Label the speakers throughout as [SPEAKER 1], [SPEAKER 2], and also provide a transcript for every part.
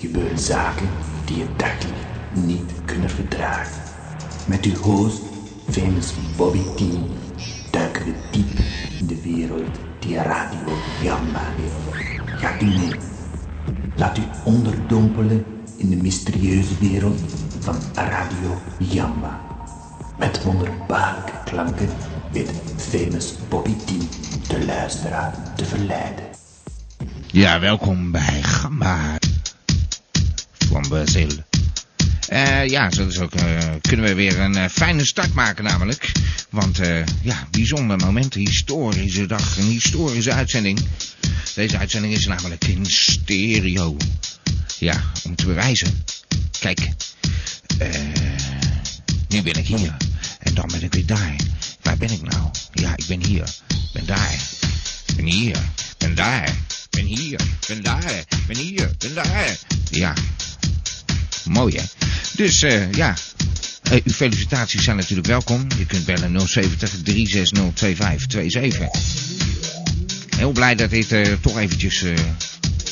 [SPEAKER 1] gebeurt zaken die je dagelijks niet kunnen verdragen. Met uw host, famous Bobby T, duiken we diep in de wereld die Radio Gamma heeft. Gaat u mee? Laat u onderdompelen in de mysterieuze wereld van Radio Jamba. Met wonderbaarlijke klanken weet famous Bobby T de luisteraar te verleiden.
[SPEAKER 2] Ja, welkom bij Gamba van Brazil. Eh, ja, zo is ook, eh, kunnen we weer een eh, fijne start maken namelijk. Want eh, ja, bijzonder moment, historische dag, een historische uitzending. Deze uitzending is namelijk in stereo. Ja, om te bewijzen. Kijk, eh, nu ben ik hier. En dan ben ik weer daar. Waar ben ik nou? Ja, ik ben hier. Ik ben daar. Ik ben hier. Ik ben daar. Ik ben hier. Ik ben daar. Ik ben hier. Ik ben daar. Ja, Mooi hè. Dus eh, ja, Eh, uw felicitaties zijn natuurlijk welkom. Je kunt bellen 070 360 2527. Heel blij dat dit eh, toch eventjes eh,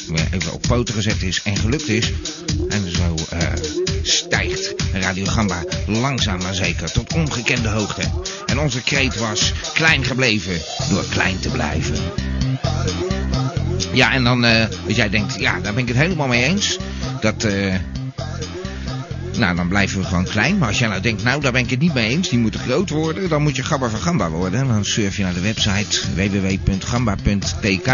[SPEAKER 2] weer even op poten gezet is en gelukt is. En zo eh, stijgt Radio Gamba langzaam maar zeker tot ongekende hoogte. En onze kreet was klein gebleven door klein te blijven. Ja, en dan, eh, als jij denkt, ja, daar ben ik het helemaal mee eens. Dat, eh, nou, dan blijven we gewoon klein. Maar als jij nou denkt, nou, daar ben ik het niet mee eens. Die moeten groot worden. Dan moet je Gamba van Gamba worden. En dan surf je naar de website www.gamba.tk.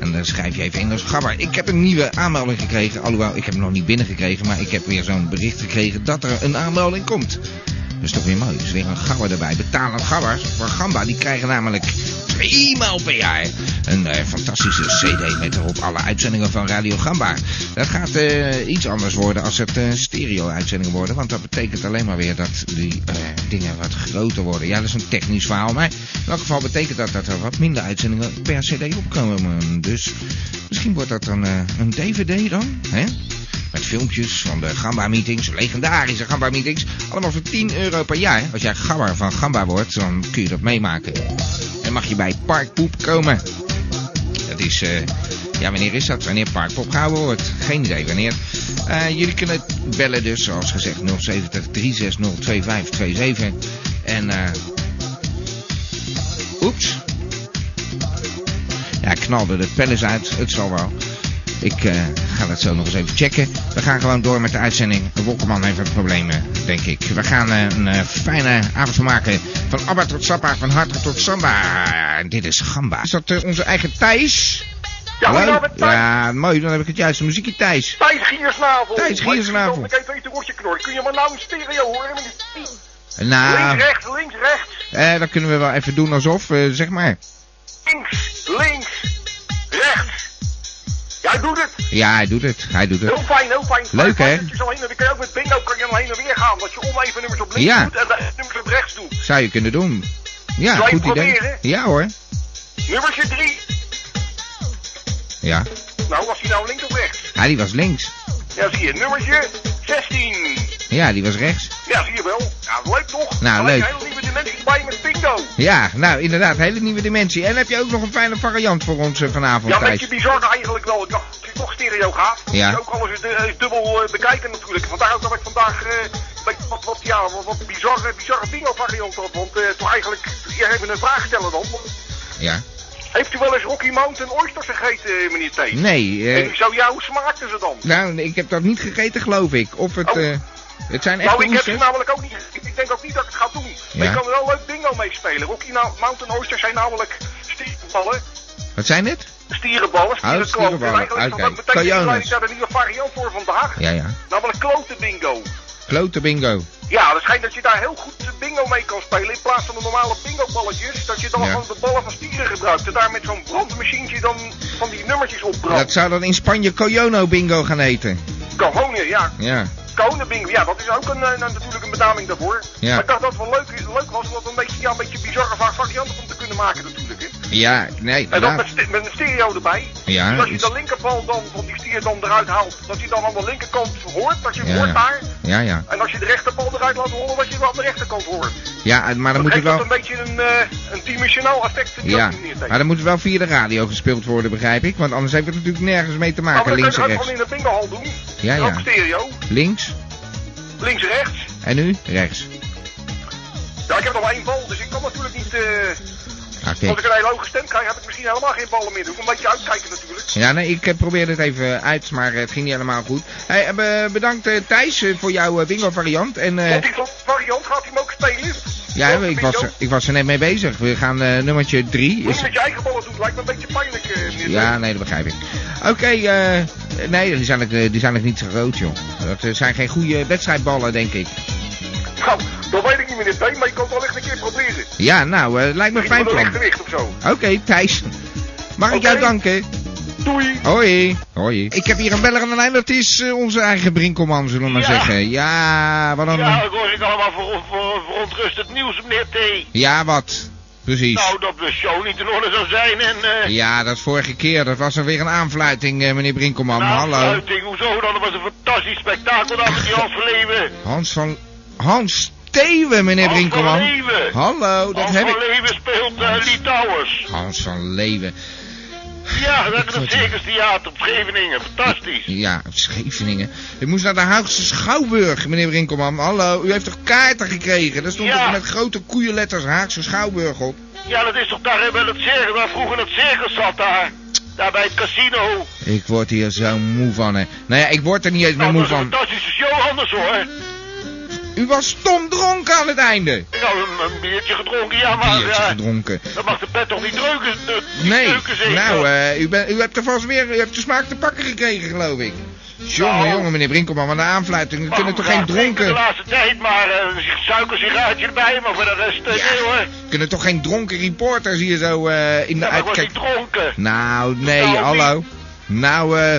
[SPEAKER 2] En dan schrijf je even in als Gamba. Ik heb een nieuwe aanmelding gekregen. Alhoewel, ik heb hem nog niet binnengekregen. Maar ik heb weer zo'n bericht gekregen dat er een aanmelding komt. Dat is toch weer mooi. Dus weer een gabber erbij. Betalen gabbers voor gamba. Die krijgen namelijk tweemaal per jaar een eh, fantastische cd met erop alle uitzendingen van Radio Gamba. Dat gaat eh, iets anders worden als het eh, stereo-uitzendingen worden. Want dat betekent alleen maar weer dat die eh, dingen wat groter worden. Ja, dat is een technisch verhaal. Maar in elk geval betekent dat dat er wat minder uitzendingen per cd opkomen. Dus misschien wordt dat dan eh, een dvd dan, hè? Met filmpjes van de Gamba-meetings, legendarische Gamba-meetings. Allemaal voor 10 euro per jaar. Als jij Gamba van Gamba wordt, dan kun je dat meemaken. En mag je bij Parkpoep komen. Dat is, eh, ja wanneer is dat? Wanneer Parkpoep gehouden wordt? Geen idee wanneer. Eh, jullie kunnen bellen dus, zoals gezegd, 070 360 2527. En, eh... oeps. Ja, ik knalde de palace uit. Het zal wel. Ik eh, ga dat zo nog eens even checken. We gaan gewoon door met de uitzending. Wolkerman heeft wat problemen, denk ik. We gaan eh, een eh, fijne avond van maken. Van Abba tot Sappa, van Hartra tot Samba. En dit is Gamba. Is dat eh, onze eigen Thijs?
[SPEAKER 3] Ja,
[SPEAKER 2] Hallo?
[SPEAKER 3] goedenavond, Thijs.
[SPEAKER 2] Ja, mooi. Dan heb ik het juiste muziekje, Thijs.
[SPEAKER 3] Thijs Giersnavel.
[SPEAKER 2] Thijs Giersnavel.
[SPEAKER 3] Ik even eten worstje knor. Kun je maar nou een stereo horen? Met die-
[SPEAKER 2] Nou,
[SPEAKER 3] Links, rechts, links, rechts.
[SPEAKER 2] eh, dat kunnen we wel even doen alsof, eh, zeg maar.
[SPEAKER 3] Links, links, rechts. Jij doet het.
[SPEAKER 2] Ja, hij doet het. Hij doet
[SPEAKER 3] Heel
[SPEAKER 2] het.
[SPEAKER 3] fijn, heel fijn.
[SPEAKER 2] Leuk, hè?
[SPEAKER 3] Je zo heen, en dan kun je ook met bingo kan je dan heen en weer gaan. Dat je oneven nummers op links
[SPEAKER 2] Ja.
[SPEAKER 3] doet en de nummers op rechts doet.
[SPEAKER 2] Zou je kunnen doen. Ja,
[SPEAKER 3] Zal je
[SPEAKER 2] goed idee.
[SPEAKER 3] proberen?
[SPEAKER 2] Ja hoor.
[SPEAKER 3] Nummertje 3.
[SPEAKER 2] Ja.
[SPEAKER 3] Nou, was hij nou links of rechts?
[SPEAKER 2] Ah, die was links.
[SPEAKER 3] Ja, zie je. Nummertje 16.
[SPEAKER 2] Ja, die was rechts.
[SPEAKER 3] Ja, zie je wel. Ja, leuk toch?
[SPEAKER 2] Nou,
[SPEAKER 3] Alleen
[SPEAKER 2] leuk.
[SPEAKER 3] Een hele nieuwe dimensie bij met bingo.
[SPEAKER 2] Ja, nou inderdaad, hele nieuwe dimensie. En heb je ook nog een fijne variant voor ons eh, vanavond,
[SPEAKER 3] Ja, een
[SPEAKER 2] Thijs?
[SPEAKER 3] beetje bizar eigenlijk wel. Ik dacht, als je toch stereo gaat, moet
[SPEAKER 2] Ja.
[SPEAKER 3] je ook alles du- eh, dubbel eh, bekijken natuurlijk. Vandaar ook dat ik vandaag eh, een beetje wat, wat, ja, wat, wat bizarre, bizarre bingo-variant had. Want eh toen eigenlijk, hier hebben we een vraag stellen dan.
[SPEAKER 2] Ja.
[SPEAKER 3] Heeft u wel eens Rocky Mountain oysters gegeten, eh, meneer T?
[SPEAKER 2] Nee, eh,
[SPEAKER 3] En zo, ja, hoe smaakten ze dan?
[SPEAKER 2] nou, ik heb dat niet gegeten, geloof ik. Of het,
[SPEAKER 3] Oh.
[SPEAKER 2] eh, het zijn echt
[SPEAKER 3] nou, ik heb ze
[SPEAKER 2] oesters.
[SPEAKER 3] namelijk ook niet gegeten. Ik denk ook niet dat ik het ga doen. Maar
[SPEAKER 2] Ja.
[SPEAKER 3] je kan er wel leuk bingo mee spelen. Rocky Nou- Mountain oysters zijn namelijk stierenballen.
[SPEAKER 2] Wat zijn het?
[SPEAKER 3] Stierenballen, stierenkloot.
[SPEAKER 2] Oh, stierenballen,
[SPEAKER 3] En eigenlijk is
[SPEAKER 2] oké.
[SPEAKER 3] dat ook meteen de
[SPEAKER 2] Coyones.
[SPEAKER 3] inleiding naar een nieuwe variant voor vandaag.
[SPEAKER 2] Ja, ja.
[SPEAKER 3] Namelijk klote bingo.
[SPEAKER 2] Klote bingo.
[SPEAKER 3] Ja, het schijnt dat je daar heel goed eh, bingo mee kan spelen. In plaats van de normale bingo-balletjes, dat je dan
[SPEAKER 2] Ja.
[SPEAKER 3] gewoon de ballen van stieren gebruikt. En daar met zo'n brandmachientje dan van die nummertjes
[SPEAKER 2] Dat
[SPEAKER 3] opbrandt.
[SPEAKER 2] zou dan in Spanje Coyono bingo gaan heten.
[SPEAKER 3] Cajonen, ja.
[SPEAKER 2] Ja.
[SPEAKER 3] Konenbingo, ja, dat is ook een, eh, natuurlijk een benaming daarvoor.
[SPEAKER 2] Ja.
[SPEAKER 3] Maar ik dacht dat het wel leuk, leuk was om dat een beetje, ja, een beetje bizarre va- variant om te kunnen maken natuurlijk. Hè.
[SPEAKER 2] Ja, nee,
[SPEAKER 3] En dan
[SPEAKER 2] ja.
[SPEAKER 3] met, ste- met een stereo erbij.
[SPEAKER 2] Ja,
[SPEAKER 3] Dus als je
[SPEAKER 2] iets-
[SPEAKER 3] de linkerbal dan van die stier dan eruit haalt, dat je dan aan de linkerkant hoort, dat je hem
[SPEAKER 2] Ja,
[SPEAKER 3] hoort
[SPEAKER 2] ja.
[SPEAKER 3] daar.
[SPEAKER 2] Ja, ja.
[SPEAKER 3] En als je de rechterbal eruit laat rollen, dat je hem aan de rechterkant hoort.
[SPEAKER 2] Ja, maar dan
[SPEAKER 3] Dat
[SPEAKER 2] moet het
[SPEAKER 3] geeft dat
[SPEAKER 2] wel...
[SPEAKER 3] een beetje een, eh, een dimensionaal effect. die
[SPEAKER 2] Ja,
[SPEAKER 3] ook niet meer
[SPEAKER 2] maar dan moet het wel via de radio gespeeld worden, begrijp ik. Want anders heeft het natuurlijk nergens mee te
[SPEAKER 3] Oh, Maar
[SPEAKER 2] maken,
[SPEAKER 3] dan
[SPEAKER 2] links en
[SPEAKER 3] kan je dat
[SPEAKER 2] rechts.
[SPEAKER 3] gewoon in de bingohal doen.
[SPEAKER 2] Ja,
[SPEAKER 3] Ook
[SPEAKER 2] ja.
[SPEAKER 3] stereo.
[SPEAKER 2] Links
[SPEAKER 3] Links, rechts.
[SPEAKER 2] en nu rechts.
[SPEAKER 3] Ja, ik heb nog maar één bal, dus ik kan natuurlijk niet... eh
[SPEAKER 2] Ah,
[SPEAKER 3] als ik
[SPEAKER 2] kijk.
[SPEAKER 3] een hele hoge stem krijg, heb ik misschien helemaal geen ballen meer. Doe ik een beetje uitkijken natuurlijk.
[SPEAKER 2] Ja, nee, ik eh, probeerde het even uit, maar eh, het ging niet helemaal goed. Hey, eh, be- bedankt eh, Thijs eh, voor jouw eh, bingo-variant. En eh,
[SPEAKER 3] Komt die van- variant, gaat hij hem ook spelen?
[SPEAKER 2] ja,
[SPEAKER 3] Welke
[SPEAKER 2] ik was,
[SPEAKER 3] video?
[SPEAKER 2] er- ik was er net mee bezig. We gaan eh, nummertje 3.
[SPEAKER 3] Moet je met je eigen ballen doen, lijkt me een beetje pijnlijk, eh, meneer.
[SPEAKER 2] Ja, nee, dat begrijp ik. Oké, eh, nee, die zijn, ook, eh, die zijn ook niet zo groot, joh. Dat eh, zijn geen goede wedstrijdballen, denk ik.
[SPEAKER 3] Nou, dat weet ik niet meneer T, maar je kan het wel echt een keer proberen.
[SPEAKER 2] Ja, nou, eh, lijkt me een
[SPEAKER 3] Misschien
[SPEAKER 2] fijn
[SPEAKER 3] wel
[SPEAKER 2] plan.
[SPEAKER 3] een gewicht of zo.
[SPEAKER 2] Oké, Thijs. Mag ik jou
[SPEAKER 3] Oké.
[SPEAKER 2] danken?
[SPEAKER 3] Doei!
[SPEAKER 2] Hoi. Hoi. Ik heb hier een beller aan de lijn. Dat is eh, onze eigen Brinkelman, zullen we maar
[SPEAKER 4] Ja.
[SPEAKER 2] zeggen. Ja, wat dan?
[SPEAKER 4] Ja,
[SPEAKER 2] Ja,
[SPEAKER 4] ik hoor ik allemaal ver, ver, verontrustend nieuws, meneer T.
[SPEAKER 2] wat? Precies.
[SPEAKER 4] Nou, dat de show niet in orde zou zijn en... eh
[SPEAKER 2] Ja, dat vorige keer. Dat was er weer een aanfluiting, eh, meneer Brinkelman.
[SPEAKER 4] na
[SPEAKER 2] Hallo.
[SPEAKER 4] afsluiting, hoezo dan? Dat was een fantastisch spektakel daar met die Hans van Leeuwen.
[SPEAKER 2] Hans van... Hans Steven, meneer
[SPEAKER 4] Hans van
[SPEAKER 2] Brinkelman.
[SPEAKER 4] Leeuwen.
[SPEAKER 2] Hallo, dat
[SPEAKER 4] Hans
[SPEAKER 2] heb
[SPEAKER 4] van
[SPEAKER 2] ik.
[SPEAKER 4] Leeuwen speelt eh, Lee Towers.
[SPEAKER 2] Hans van Leeuwen.
[SPEAKER 4] Ja, dat
[SPEAKER 2] word
[SPEAKER 4] is een
[SPEAKER 2] er-
[SPEAKER 4] circustheater op Scheveningen. Fantastisch.
[SPEAKER 2] Ja, Scheveningen. Ik moest naar de Haagse Schouwburg, meneer Brinkelman. Hallo, u heeft toch kaarten gekregen? Daar stond
[SPEAKER 4] Ja.
[SPEAKER 2] toch met grote koeienletters Haagse Schouwburg op.
[SPEAKER 4] Ja, dat is toch daar bij het circus, waar vroeger het circus zat daar. Daar bij het casino.
[SPEAKER 2] Ik word hier zo moe van, hè. Nou ja, ik word er niet eens meer
[SPEAKER 4] Nou,
[SPEAKER 2] moe
[SPEAKER 4] dat is een
[SPEAKER 2] van.
[SPEAKER 4] fantastische show anders hoor.
[SPEAKER 2] U was stom dronken aan het einde.
[SPEAKER 4] Ik had een, een biertje gedronken, ja, maar
[SPEAKER 2] Biertje
[SPEAKER 4] ja,
[SPEAKER 2] gedronken.
[SPEAKER 4] dat mag de pet toch niet dreuken? de- niet
[SPEAKER 2] Nee,
[SPEAKER 4] dreuken, zeker?
[SPEAKER 2] nou, eh, u, bent- u hebt er vast weer, u hebt de smaak te pakken gekregen, geloof ik. Jongen,
[SPEAKER 4] Nou.
[SPEAKER 2] jongen, meneer Brinkelman, wat een aanfluiting. We
[SPEAKER 4] Maar
[SPEAKER 2] kunnen toch
[SPEAKER 4] ja,
[SPEAKER 2] geen
[SPEAKER 4] drinken De
[SPEAKER 2] dronken...
[SPEAKER 4] laatste tijd, maar eh, een suikersigaartje erbij, maar voor de rest, eh,
[SPEAKER 2] Ja,
[SPEAKER 4] nee hoor.
[SPEAKER 2] kunnen toch geen dronken reporters hier zo eh, in de
[SPEAKER 4] Ja, maar ik was
[SPEAKER 2] uitkijk...
[SPEAKER 4] niet dronken.
[SPEAKER 2] Nou, nee,
[SPEAKER 4] Nou,
[SPEAKER 2] hallo. Nou, eh,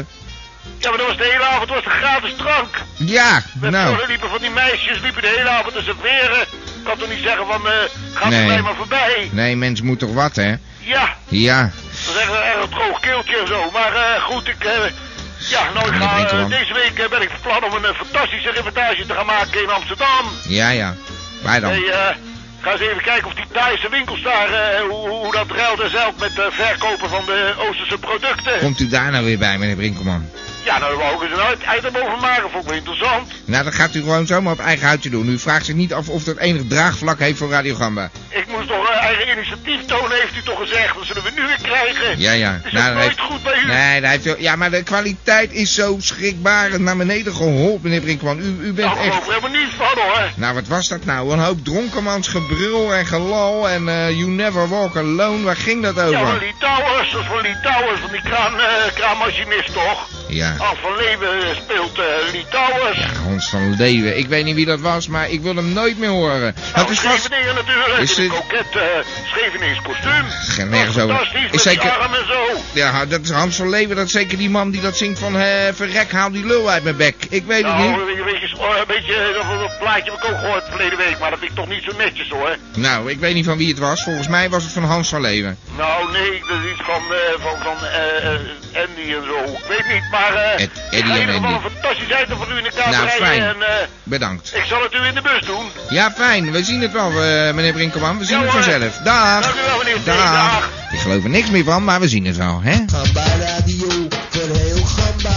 [SPEAKER 4] Ja, maar dat was de hele avond, was de gratis drank.
[SPEAKER 2] ja,
[SPEAKER 4] Met
[SPEAKER 2] nou.
[SPEAKER 4] nou. liepen van die meisjes, liepen de hele avond te serveren. Ik kan toch niet zeggen van, eh ga
[SPEAKER 2] Nee.
[SPEAKER 4] er mij maar voorbij.
[SPEAKER 2] Nee, mens moet toch wat, hè?
[SPEAKER 4] Ja,
[SPEAKER 2] Ja,
[SPEAKER 4] dat is echt, echt een droog keeltje en zo. Maar eh, goed, ik... eh, ja, nou, ik
[SPEAKER 2] Meneer
[SPEAKER 4] ga, eh,
[SPEAKER 2] Brinkelman.
[SPEAKER 4] deze week eh, ben ik van plan om een eh, fantastische reportage te gaan maken in Amsterdam.
[SPEAKER 2] ja, ja. Wij dan.
[SPEAKER 4] Hey, eh, ga eens even kijken of die Thaise winkels daar, eh, hoe, hoe dat ruilt en zeilt met eh, verkopen van de Oosterse producten.
[SPEAKER 2] Komt u daar nou weer bij, meneer Brinkelman?
[SPEAKER 4] Ja, nou, daar wou ik eens een uit- item over maken, vond ik wel interessant.
[SPEAKER 2] Nou, dat gaat u gewoon zomaar op eigen houtje doen. U vraagt zich niet af of dat enig draagvlak heeft voor Radio Gamba.
[SPEAKER 4] Ik moest toch eh, eigen initiatief tonen, heeft u toch gezegd. Dat zullen we nu weer krijgen.
[SPEAKER 2] Ja, ja.
[SPEAKER 4] Is
[SPEAKER 2] Nou,
[SPEAKER 4] dat
[SPEAKER 2] dat
[SPEAKER 4] nooit
[SPEAKER 2] heeft-
[SPEAKER 4] goed bij u?
[SPEAKER 2] Nee, dat heeft u... Ja, maar de kwaliteit is zo schrikbarend naar beneden geholpen, meneer Brinkman. U, u bent
[SPEAKER 4] Nou, Daar geloof
[SPEAKER 2] echt...
[SPEAKER 4] ik helemaal niets van, hoor.
[SPEAKER 2] Nou, wat was dat nou? Een hoop dronkenmans gebrul en gelal en eh, You Never Walk Alone. Waar ging dat
[SPEAKER 4] Ja, van
[SPEAKER 2] over?
[SPEAKER 4] Lee Towers, dat is van Lee Towers, van die kraan, eh, kraanmachinist, toch?
[SPEAKER 2] Ja.
[SPEAKER 4] Al van Leeuwen eh, speelt eh Lee Towers.
[SPEAKER 2] Ja, Hans van Leeuwen. Ik weet niet wie dat was, maar ik wil hem nooit meer horen.
[SPEAKER 4] Nou,
[SPEAKER 2] Het is vast...
[SPEAKER 4] Scheveningen natuurlijk,
[SPEAKER 2] Is
[SPEAKER 4] in een
[SPEAKER 2] het-
[SPEAKER 4] koket eh Schevenings kostuum.
[SPEAKER 2] Geen nergens over.
[SPEAKER 4] Fantastisch,
[SPEAKER 2] Is
[SPEAKER 4] met
[SPEAKER 2] zeker-
[SPEAKER 4] die arm en zo.
[SPEAKER 2] Ja, dat is Hans van Leeuwen. Dat is zeker die man die dat zingt van... eh verrek, haal die lul uit mijn bek. Ik weet het niet.
[SPEAKER 4] Nou, een beetje, oh, een beetje eh, dat, dat plaatje heb ik ook gehoord verleden week, maar dat vind ik toch niet zo netjes hoor.
[SPEAKER 2] Nou, ik weet niet van wie het was. Volgens mij was het van Hans van Leeuwen.
[SPEAKER 4] Nou nee, dat is iets van, eh, van, van eh, eh, Andy en zo. Ik weet niet, maar eh,
[SPEAKER 2] Ed- Eddie
[SPEAKER 4] ik ga in
[SPEAKER 2] en
[SPEAKER 4] ieder geval
[SPEAKER 2] Andy.
[SPEAKER 4] een fantastisch item van u in de kamer
[SPEAKER 2] Nou,
[SPEAKER 4] rijden
[SPEAKER 2] fijn.
[SPEAKER 4] en eh,
[SPEAKER 2] Bedankt.
[SPEAKER 4] ik zal het u in de bus doen.
[SPEAKER 2] Ja, fijn. We zien het wel, eh, meneer Brinkelman. We zien
[SPEAKER 4] Ja,
[SPEAKER 2] het
[SPEAKER 4] hoor.
[SPEAKER 2] vanzelf. Dag.
[SPEAKER 4] Dank u wel, meneer T.
[SPEAKER 2] Dag.
[SPEAKER 4] Dag.
[SPEAKER 2] Ik geloof er niks meer van, maar we zien het wel, hè?
[SPEAKER 5] Gamba Radio, voor heel Gamba.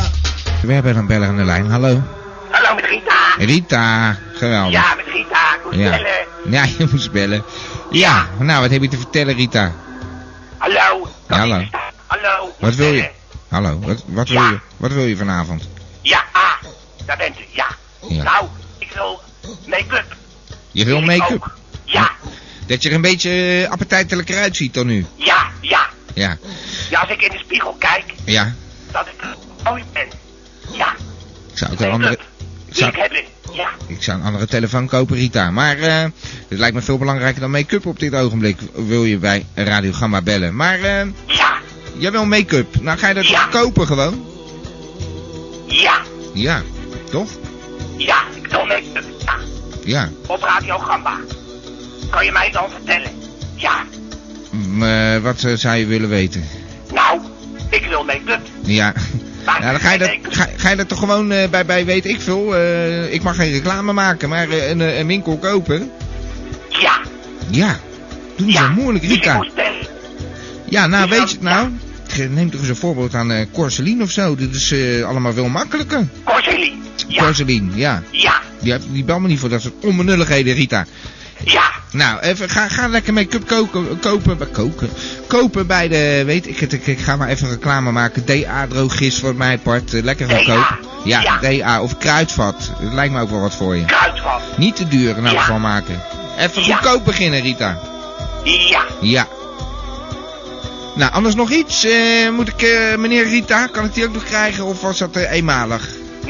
[SPEAKER 2] We hebben een beller aan de lijn. Hallo.
[SPEAKER 6] Hallo met Rita.
[SPEAKER 2] Rita. Geweldig.
[SPEAKER 6] Ja, met Rita. Ik moest
[SPEAKER 2] Ja.
[SPEAKER 6] bellen.
[SPEAKER 2] Ja, je moest bellen. Ja, nou, wat heb je te vertellen, Rita?
[SPEAKER 6] Hallo. Kan
[SPEAKER 2] Hallo.
[SPEAKER 6] ik niet staan? Hallo.
[SPEAKER 2] Wat
[SPEAKER 6] ik moest
[SPEAKER 2] wil je?
[SPEAKER 6] bellen.
[SPEAKER 2] Hallo, wat, wat, wil,
[SPEAKER 6] Ja.
[SPEAKER 2] je, wat wil je vanavond?
[SPEAKER 6] Ja, ah, daar bent u. Ja.
[SPEAKER 2] Ja.
[SPEAKER 6] Nou, ik wil make-up.
[SPEAKER 2] Je wil
[SPEAKER 6] Ik
[SPEAKER 2] make-up?
[SPEAKER 6] ook. Ja,
[SPEAKER 2] Dat je er een beetje eh, appetijtelijker uitziet dan nu.
[SPEAKER 6] ja, ja.
[SPEAKER 2] Ja,
[SPEAKER 6] Ja, als ik in de spiegel kijk,
[SPEAKER 2] ja.
[SPEAKER 6] dat ik mooi ben. Ja,
[SPEAKER 2] Ik zou ook een andere...
[SPEAKER 6] make-up.
[SPEAKER 2] Ik
[SPEAKER 6] Die ik
[SPEAKER 2] zou,
[SPEAKER 6] heb. eh, Ja,
[SPEAKER 2] ik zou een andere telefoon kopen, Rita. Maar eh het lijkt me veel belangrijker dan make-up op dit ogenblik. Wil je bij Radio Gamma bellen. Maar eh,
[SPEAKER 6] ja,
[SPEAKER 2] jij wil make-up. Nou, ga je dat
[SPEAKER 6] Ja.
[SPEAKER 2] kopen gewoon?
[SPEAKER 6] ja,
[SPEAKER 2] Ja, toch?
[SPEAKER 6] ja. Ik wil make-up. Ja,
[SPEAKER 2] Ja.
[SPEAKER 6] op Radio Gamba. Kan je mij dan vertellen? Ja.
[SPEAKER 2] Mm, eh, wat eh, zou je willen weten?
[SPEAKER 6] Nou, ik wil make-up.
[SPEAKER 2] Ja.
[SPEAKER 6] Maar
[SPEAKER 2] Ja, dan ga je dat,
[SPEAKER 6] ik denk-
[SPEAKER 2] ga, ga je dat toch gewoon eh, bij, bij weet ik veel. eh, ik mag geen reclame maken, maar eh, een, eh, een winkel kopen.
[SPEAKER 6] Ja,
[SPEAKER 2] Ja. Doe niet
[SPEAKER 6] ja.
[SPEAKER 2] zo moeilijk,
[SPEAKER 6] Dus ik
[SPEAKER 2] Rita.
[SPEAKER 6] moest bellen.
[SPEAKER 2] Ja, nou
[SPEAKER 6] Die
[SPEAKER 2] weet
[SPEAKER 6] gaan-
[SPEAKER 2] je het nou. Ge- Neem toch eens een voorbeeld aan eh Corseline of zo. Dit is eh, allemaal veel makkelijker.
[SPEAKER 6] Corselie. Ja,
[SPEAKER 2] Corseline, ja.
[SPEAKER 6] ja,
[SPEAKER 2] Die, heb- die bel me niet voor dat soort onbenulligheden, Rita.
[SPEAKER 6] ja.
[SPEAKER 2] Nou, even, ga, ga lekker make-up koken, kopen, bij- koken, kopen bij de, weet ik het, ik, ik ga maar even reclame maken. DA-drogist voor mijn part, eh, lekker goedkoop. Ja,
[SPEAKER 6] Ja.
[SPEAKER 2] DA of kruidvat, dat lijkt me ook wel wat voor je.
[SPEAKER 6] Kruidvat.
[SPEAKER 2] Niet te duur in elk
[SPEAKER 6] Ja.
[SPEAKER 2] geval maken. Even
[SPEAKER 6] Ja.
[SPEAKER 2] goedkoop beginnen, Rita.
[SPEAKER 6] Ja.
[SPEAKER 2] Ja. Nou, anders nog iets? Eh, moet ik, eh, meneer Rita, kan ik die ook nog krijgen of was dat eh, eenmalig?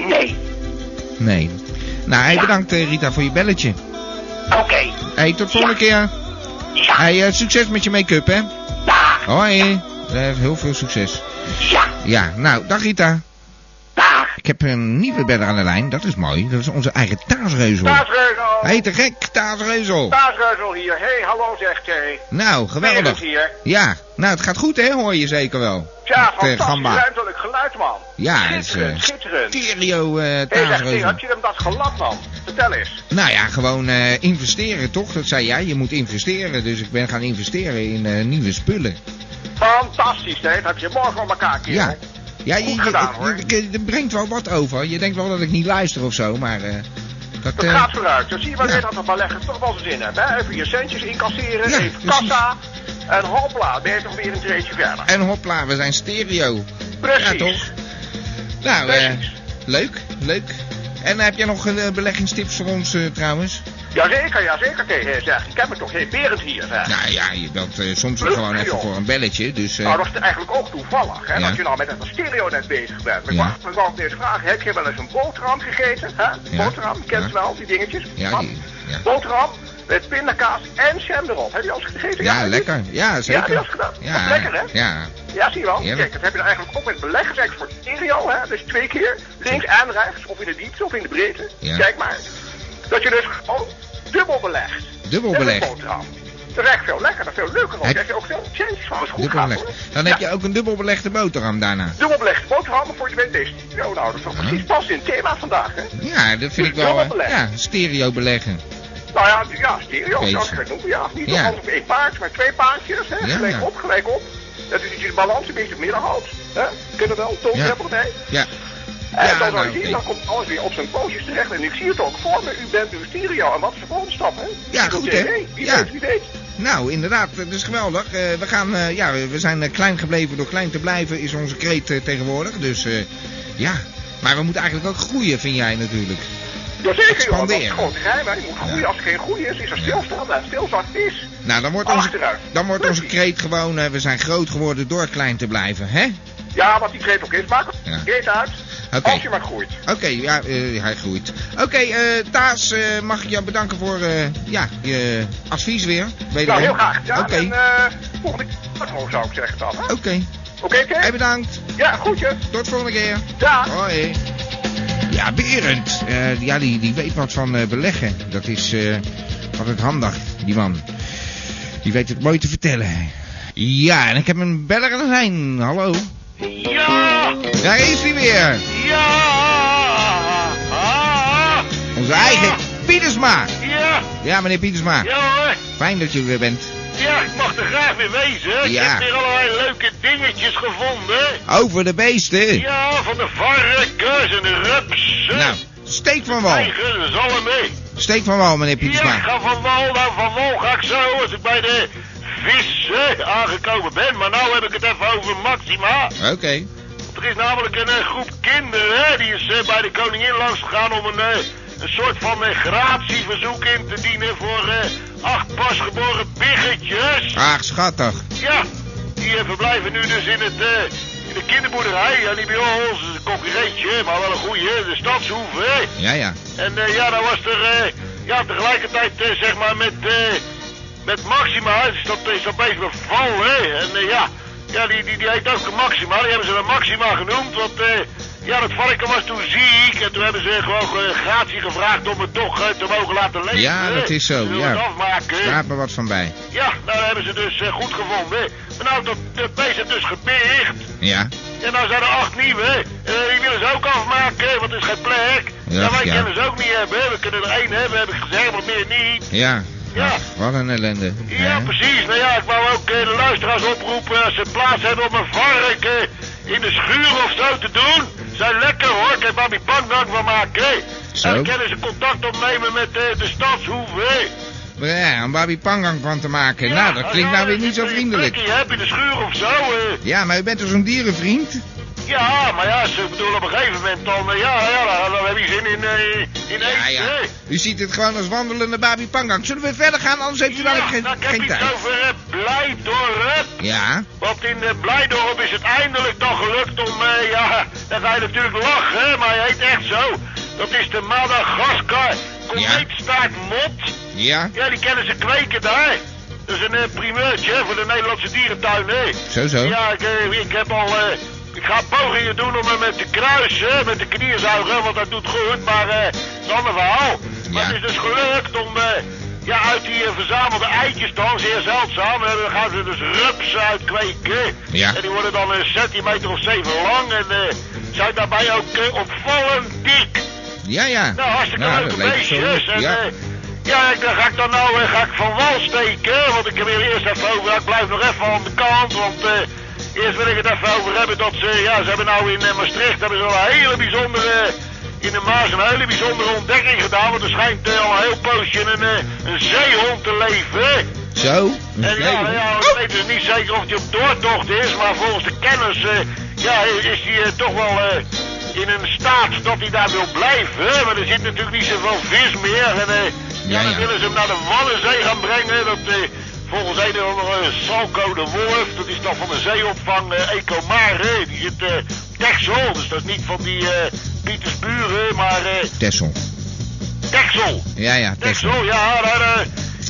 [SPEAKER 6] Nee.
[SPEAKER 2] Nee. Nou, hey,
[SPEAKER 6] Ja.
[SPEAKER 2] bedankt eh, Rita voor je belletje.
[SPEAKER 6] Oké.
[SPEAKER 2] hey, tot volgende keer.
[SPEAKER 6] Ja.
[SPEAKER 2] Hey, eh, succes met je make-up, hè.
[SPEAKER 6] Dag.
[SPEAKER 2] Hoi. Eh, heel veel succes.
[SPEAKER 6] Ja.
[SPEAKER 2] Ja, nou, dag Rita.
[SPEAKER 6] Dag.
[SPEAKER 2] Ik heb een nieuwe beller aan de lijn. Dat is mooi. Dat is onze eigen Taasreuzel.
[SPEAKER 3] Taasreuzel.
[SPEAKER 2] Hé, te gek, Taasreuzel.
[SPEAKER 3] Taasreuzel hier. Hé, hey, hallo zegt hij.
[SPEAKER 2] Oh. Nou,
[SPEAKER 3] Merels
[SPEAKER 2] geweldig.
[SPEAKER 3] hier.
[SPEAKER 2] Ja, nou, het gaat goed, hè? Hoor je zeker wel.
[SPEAKER 3] Ja,
[SPEAKER 2] Met, eh,
[SPEAKER 3] fantastisch
[SPEAKER 2] Gamba.
[SPEAKER 3] ruimtelijk geluid, man.
[SPEAKER 2] Ja, het is...
[SPEAKER 3] schitterend,
[SPEAKER 2] eh
[SPEAKER 3] schitterend.
[SPEAKER 2] Stereo eh
[SPEAKER 3] Hé, zegt hij,
[SPEAKER 2] Taasreuzel.
[SPEAKER 3] had je hem dat gelat, man? Vertel eens.
[SPEAKER 2] Nou ja, gewoon eh, investeren, toch? Dat zei jij. Je moet investeren. Dus ik ben gaan investeren in eh, nieuwe spullen.
[SPEAKER 3] Fantastisch, hè? Dat heb je morgen op elkaar, kerel.
[SPEAKER 2] Ja. Ja, je,
[SPEAKER 3] Goed
[SPEAKER 2] je-
[SPEAKER 3] gedaan,
[SPEAKER 2] je-
[SPEAKER 3] hoor.
[SPEAKER 2] je- er brengt wel wat over. Je denkt wel dat ik niet luister of zo, maar... eh, dat,
[SPEAKER 3] Dat
[SPEAKER 2] eh,
[SPEAKER 3] gaat vooruit. Dan zie je maar
[SPEAKER 2] ja.
[SPEAKER 3] weer dat het beleggen toch wel zijn zin hebben. Hè? Even je centjes incasseren,
[SPEAKER 2] Ja,
[SPEAKER 3] even
[SPEAKER 2] precies.
[SPEAKER 3] kassa. En hopla, ben je toch weer een treetje verder.
[SPEAKER 2] En hopla, we zijn stereo.
[SPEAKER 3] Precies.
[SPEAKER 2] Ja, toch? Nou, eh,
[SPEAKER 3] Precies.
[SPEAKER 2] leuk, leuk. En heb jij nog een eh, beleggingstips voor ons eh, trouwens?
[SPEAKER 3] Jazeker, jazeker, tegen zeg. Ik heb het toch, hé, Berend hier, hè?
[SPEAKER 2] Nou ja, je belt eh, soms
[SPEAKER 3] Leuk,
[SPEAKER 2] gewoon even
[SPEAKER 3] joh.
[SPEAKER 2] voor een belletje. Dus eh,
[SPEAKER 3] Nou, dat is eigenlijk ook toevallig, hè,
[SPEAKER 2] Ja.
[SPEAKER 3] dat je nou met dat stereonet bezig bent. Maar
[SPEAKER 2] Ja.
[SPEAKER 3] ik wou- ik wou deze vraag, heb je wel eens een boterham gegeten? Hè?
[SPEAKER 2] Ja.
[SPEAKER 3] Boterham, je kent
[SPEAKER 2] Ja.
[SPEAKER 3] ze wel, die dingetjes.
[SPEAKER 2] ja, die- ja.
[SPEAKER 3] Boterham met pindakaas en jam erop. Heb je dat eens gegeten?
[SPEAKER 2] ja,
[SPEAKER 3] niet?
[SPEAKER 2] lekker. Ja, zeker.
[SPEAKER 3] heb je dat gedaan? Dat
[SPEAKER 2] Ja,
[SPEAKER 3] is lekker, hè?
[SPEAKER 2] Ja,
[SPEAKER 3] Ja, zie je wel.
[SPEAKER 2] Ja, maar-
[SPEAKER 3] Kijk, dat heb je dan eigenlijk ook met beleggers eigenlijk voor stereo, hè. Dus twee keer, links en rechts, of in de diepte of in de breedte.
[SPEAKER 2] Ja.
[SPEAKER 3] Kijk maar. Dat je dus gewoon dubbel belegt.
[SPEAKER 2] dubbel
[SPEAKER 3] Met een
[SPEAKER 2] beleg.
[SPEAKER 3] boterham. Dat is echt veel lekkerder, veel leuker ook.
[SPEAKER 2] Heb-
[SPEAKER 3] Daar heb je ook veel chances van. Als het goed
[SPEAKER 2] Dubbel
[SPEAKER 3] gaat,
[SPEAKER 2] beleg.
[SPEAKER 3] hoor.
[SPEAKER 2] Dan
[SPEAKER 3] Ja.
[SPEAKER 2] heb je ook een dubbel belegde boterham daarna.
[SPEAKER 3] Dubbel belegd boterhammen voor je weet deze. Nou, nou, dat is toch
[SPEAKER 2] Huh?
[SPEAKER 3] precies pas in het thema vandaag, hè?
[SPEAKER 2] Ja, dat vind ik
[SPEAKER 3] Dus
[SPEAKER 2] wel...
[SPEAKER 3] dubbel
[SPEAKER 2] eh,
[SPEAKER 3] beleg.
[SPEAKER 2] ja, stereo beleggen.
[SPEAKER 3] Nou ja, ja stereo zou ik
[SPEAKER 2] Jeetje.
[SPEAKER 3] het noemen, ja. Niet
[SPEAKER 2] Ja.
[SPEAKER 3] alles op één paard, maar twee paardjes, hè.
[SPEAKER 2] Ja,
[SPEAKER 3] gelijk
[SPEAKER 2] ja.
[SPEAKER 3] op, gelijk op. Dat is dat je de balans een beetje midden houdt, hè. Kunnen wel, toon
[SPEAKER 2] Ja.
[SPEAKER 3] hebben erbij.
[SPEAKER 2] Ja.
[SPEAKER 3] En
[SPEAKER 2] Ja,
[SPEAKER 3] dan,
[SPEAKER 2] nou,
[SPEAKER 3] nou, je
[SPEAKER 2] oké.
[SPEAKER 3] zien, dan komt alles weer op zijn pootjes terecht. En ik zie het ook voor me, u bent uw stereo. En wat is de volgende stap, hè?
[SPEAKER 2] Ja,
[SPEAKER 3] Op
[SPEAKER 2] goed,
[SPEAKER 3] tv.
[SPEAKER 2] hè?
[SPEAKER 3] Wie
[SPEAKER 2] Ja.
[SPEAKER 3] weet, wie weet.
[SPEAKER 2] Nou, inderdaad, dat is geweldig. Eh, we, gaan, eh, ja, we zijn eh, klein gebleven door klein te blijven, is onze kreet eh, tegenwoordig. Dus eh, ja, maar we moeten eigenlijk ook groeien, vind jij natuurlijk.
[SPEAKER 3] Jazeker, joh, dat is
[SPEAKER 2] Expanderen.
[SPEAKER 3] het grote geheim, hè. Je moet groeien.
[SPEAKER 2] Ja.
[SPEAKER 3] Als er geen groei is, is er stilstand. En stilstand is...
[SPEAKER 2] Nou, dan wordt onze,
[SPEAKER 3] Achteruit.
[SPEAKER 2] dan wordt onze
[SPEAKER 3] Precies.
[SPEAKER 2] kreet gewoon, eh, we zijn groot geworden door klein te blijven, hè?
[SPEAKER 3] Ja, wat die kreet ook is, maakt het
[SPEAKER 2] Ja.
[SPEAKER 3] kreet uit.
[SPEAKER 2] Oké.
[SPEAKER 3] Als je maar groeit.
[SPEAKER 2] Oké, ja, eh, hij groeit. Oké, eh, Taas, eh, mag ik jou bedanken voor eh, ja, je advies weer?
[SPEAKER 3] Nou,
[SPEAKER 2] Wederom.
[SPEAKER 3] heel graag. Ja,
[SPEAKER 2] Oké,
[SPEAKER 3] en eh, volgende keer zou ik zeggen dan. hè?
[SPEAKER 2] oké.
[SPEAKER 3] Oké, oké?
[SPEAKER 2] Hey, bedankt.
[SPEAKER 3] Ja, groetjes.
[SPEAKER 2] Tot volgende keer.
[SPEAKER 3] Dag.
[SPEAKER 2] Hoi. Ja, Berend. Eh, ja, die, die weet wat van eh, beleggen. Dat is eh altijd handig, die man. Die weet het mooi te vertellen. Ja, en ik heb een beller aan de lijn. Hallo.
[SPEAKER 4] Ja!
[SPEAKER 2] Daar is hij weer.
[SPEAKER 4] Ja! Ah,
[SPEAKER 2] Onze eigen Pietersma.
[SPEAKER 4] ja!
[SPEAKER 2] Ja, meneer Pietersma.
[SPEAKER 4] Ja hoor!
[SPEAKER 2] Fijn dat je er weer bent.
[SPEAKER 4] Ja, ik mag er graag weer wezen.
[SPEAKER 2] Ja.
[SPEAKER 4] Ik heb weer allerlei leuke dingetjes gevonden.
[SPEAKER 2] Over de beesten.
[SPEAKER 4] Ja, van de varkens en de rupsen.
[SPEAKER 2] Nou, steek van wal.
[SPEAKER 4] Eigen zalm mee.
[SPEAKER 2] Steek van wal, meneer
[SPEAKER 4] Ja, ik
[SPEAKER 2] Pietersma.
[SPEAKER 4] ga van wal naar van wal ga ik zo als ik bij de vissen aangekomen ben. Maar nou heb ik het even over Maxima.
[SPEAKER 2] Oké.
[SPEAKER 4] Er is namelijk een eh, groep kinderen hè, die is eh, bij de koningin langs gegaan om een, eh, een soort van eh, gratieverzoek in te dienen voor eh, acht pasgeboren biggetjes.
[SPEAKER 2] Ach, schattig.
[SPEAKER 4] Ja, die eh, verblijven nu dus in, het, eh, in de kinderboerderij. Ja, niet bij ons, dat is een concurrentje, maar wel een goeie, de stadshoeve. hè.
[SPEAKER 2] Ja, ja.
[SPEAKER 4] En eh, ja, dan was er eh, ja, tegelijkertijd eh, zeg maar met, eh, met Maxima, is dat, is dat bezig met Val, hè? En eh, ja, ja die, die, die heet ook Maxima, die hebben ze dan Maxima genoemd, want eh, ja, dat varken was toen ziek en toen hebben ze gewoon eh, gratie gevraagd om het toch eh, te mogen laten leven.
[SPEAKER 2] Ja,
[SPEAKER 4] hè?
[SPEAKER 2] dat is zo,
[SPEAKER 4] Ze willen
[SPEAKER 2] ja.
[SPEAKER 4] het afmaken.
[SPEAKER 2] Staat me wat van bij.
[SPEAKER 4] Ja, nou hebben ze dus eh, goed gevonden. Maar nou, dat, dat beest heeft dus gebeerd.
[SPEAKER 2] Ja.
[SPEAKER 4] En nou zijn er acht nieuwe. Eh, die willen ze ook afmaken, want er is geen plek.
[SPEAKER 2] Ja,
[SPEAKER 4] Ja, wij
[SPEAKER 2] ja.
[SPEAKER 4] kunnen ze dus ook niet hebben. We kunnen er één hebben, heb ik gezegd, maar meer niet.
[SPEAKER 2] Ja.
[SPEAKER 4] Ja.
[SPEAKER 2] Ach, wat een ellende.
[SPEAKER 4] Ja,
[SPEAKER 2] Hè?
[SPEAKER 4] precies. Nou ja, ik wou ook eh, de luisteraars oproepen als ze plaats hebben om een varken in de schuur of zo te doen. Zijn lekker hoor, ik heb daar die bankdank van maken. hè.
[SPEAKER 2] Zo.
[SPEAKER 4] En dan kunnen ze contact opnemen met eh, de stadshoeve. hè.
[SPEAKER 2] Ja, om Babi Pangang van te maken.
[SPEAKER 4] Ja,
[SPEAKER 2] nou, dat
[SPEAKER 4] als
[SPEAKER 2] klinkt nou
[SPEAKER 4] jij
[SPEAKER 2] weer niet zo
[SPEAKER 4] een
[SPEAKER 2] vriendelijk.
[SPEAKER 4] plekje hebt in de schuur of zo. eh,
[SPEAKER 2] Ja, maar u bent dus een dierenvriend?
[SPEAKER 4] Ja, maar ja, ze bedoelen op een gegeven moment dan, eh, ja, ja, dan, dan heb je zin in, eh, in eten.
[SPEAKER 2] Ja, ja.
[SPEAKER 4] hè?
[SPEAKER 2] U ziet het gewoon als wandelende Babi Pangang. Zullen we verder gaan, anders heeft u
[SPEAKER 4] Ja,
[SPEAKER 2] dadelijk
[SPEAKER 4] nou, ik
[SPEAKER 2] geen,
[SPEAKER 4] heb
[SPEAKER 2] geen
[SPEAKER 4] iets
[SPEAKER 2] tijd.
[SPEAKER 4] over eh, Blijdorp.
[SPEAKER 2] Ja,
[SPEAKER 4] Want in eh, Blijdorp is het eindelijk dan gelukt om, eh, ja, dan ga je natuurlijk lachen, hè, maar hij heet echt zo. Dat is de Madagaskar komeetstaartmot.
[SPEAKER 2] ja,
[SPEAKER 4] Ja, die kennen ze kweken daar. Dat is een eh, primeurtje hè, voor de Nederlandse dierentuin, hè.
[SPEAKER 2] zo zo.
[SPEAKER 4] Ja, ik, eh, ik heb al. eh, ik ga pogingen doen om hem met de kruisen, met de knieën zuigen, want dat doet goed, maar eh, dat is een ander verhaal. Maar
[SPEAKER 2] Ja.
[SPEAKER 4] het is dus gelukt om eh, ja, uit die eh, verzamelde eitjes dan, zeer zeldzaam, en dan gaan ze dus rupsen uitkweken.
[SPEAKER 2] Ja.
[SPEAKER 4] En die worden dan een centimeter of zeven lang en eh, zijn daarbij ook eh, opvallend dik.
[SPEAKER 2] Ja, ja.
[SPEAKER 4] Nou, hartstikke
[SPEAKER 2] Nou, dat
[SPEAKER 4] leuke
[SPEAKER 2] leek zo
[SPEAKER 4] beestjes.
[SPEAKER 2] goed,
[SPEAKER 4] En,
[SPEAKER 2] ja.
[SPEAKER 4] ja, ja ik, dan ga ik dan nou eh, ga ik van wal steken. hè, Want ik heb hier eerst even over. Ik blijf nog even aan de kant. Want eh, eerst wil ik het even over hebben dat ze. Ja, ze hebben nou in eh, Maastricht hebben ze wel een hele bijzondere. eh, In de Maas een hele bijzondere ontdekking gedaan. Want er schijnt eh, al een heel poosje een, eh, een zeehond te leven. hè.
[SPEAKER 2] Zo, een
[SPEAKER 4] En ja, nou
[SPEAKER 2] vleugel.
[SPEAKER 4] ja, ik weet dus niet zeker of die op doortocht is, maar volgens de kennis eh, ja, is die eh, toch wel eh, in een staat dat hij daar wil blijven. hè. Maar er zit natuurlijk niet zoveel vis meer. En eh,
[SPEAKER 2] Ja,
[SPEAKER 4] ja, dan
[SPEAKER 2] ja.
[SPEAKER 4] willen ze hem naar de Waddenzee gaan brengen. Dat, eh, volgens een of andere Salco de Wolf, dat is dan van de zeeopvang eh Ecomar. hè. Die zit eh Texel, dus dat is niet van die eh Pietersburen, maar eh
[SPEAKER 2] Tessel.
[SPEAKER 4] Texel.
[SPEAKER 2] Ja, ja, Tessel.
[SPEAKER 4] Texel, Dus, ja, daar, eh,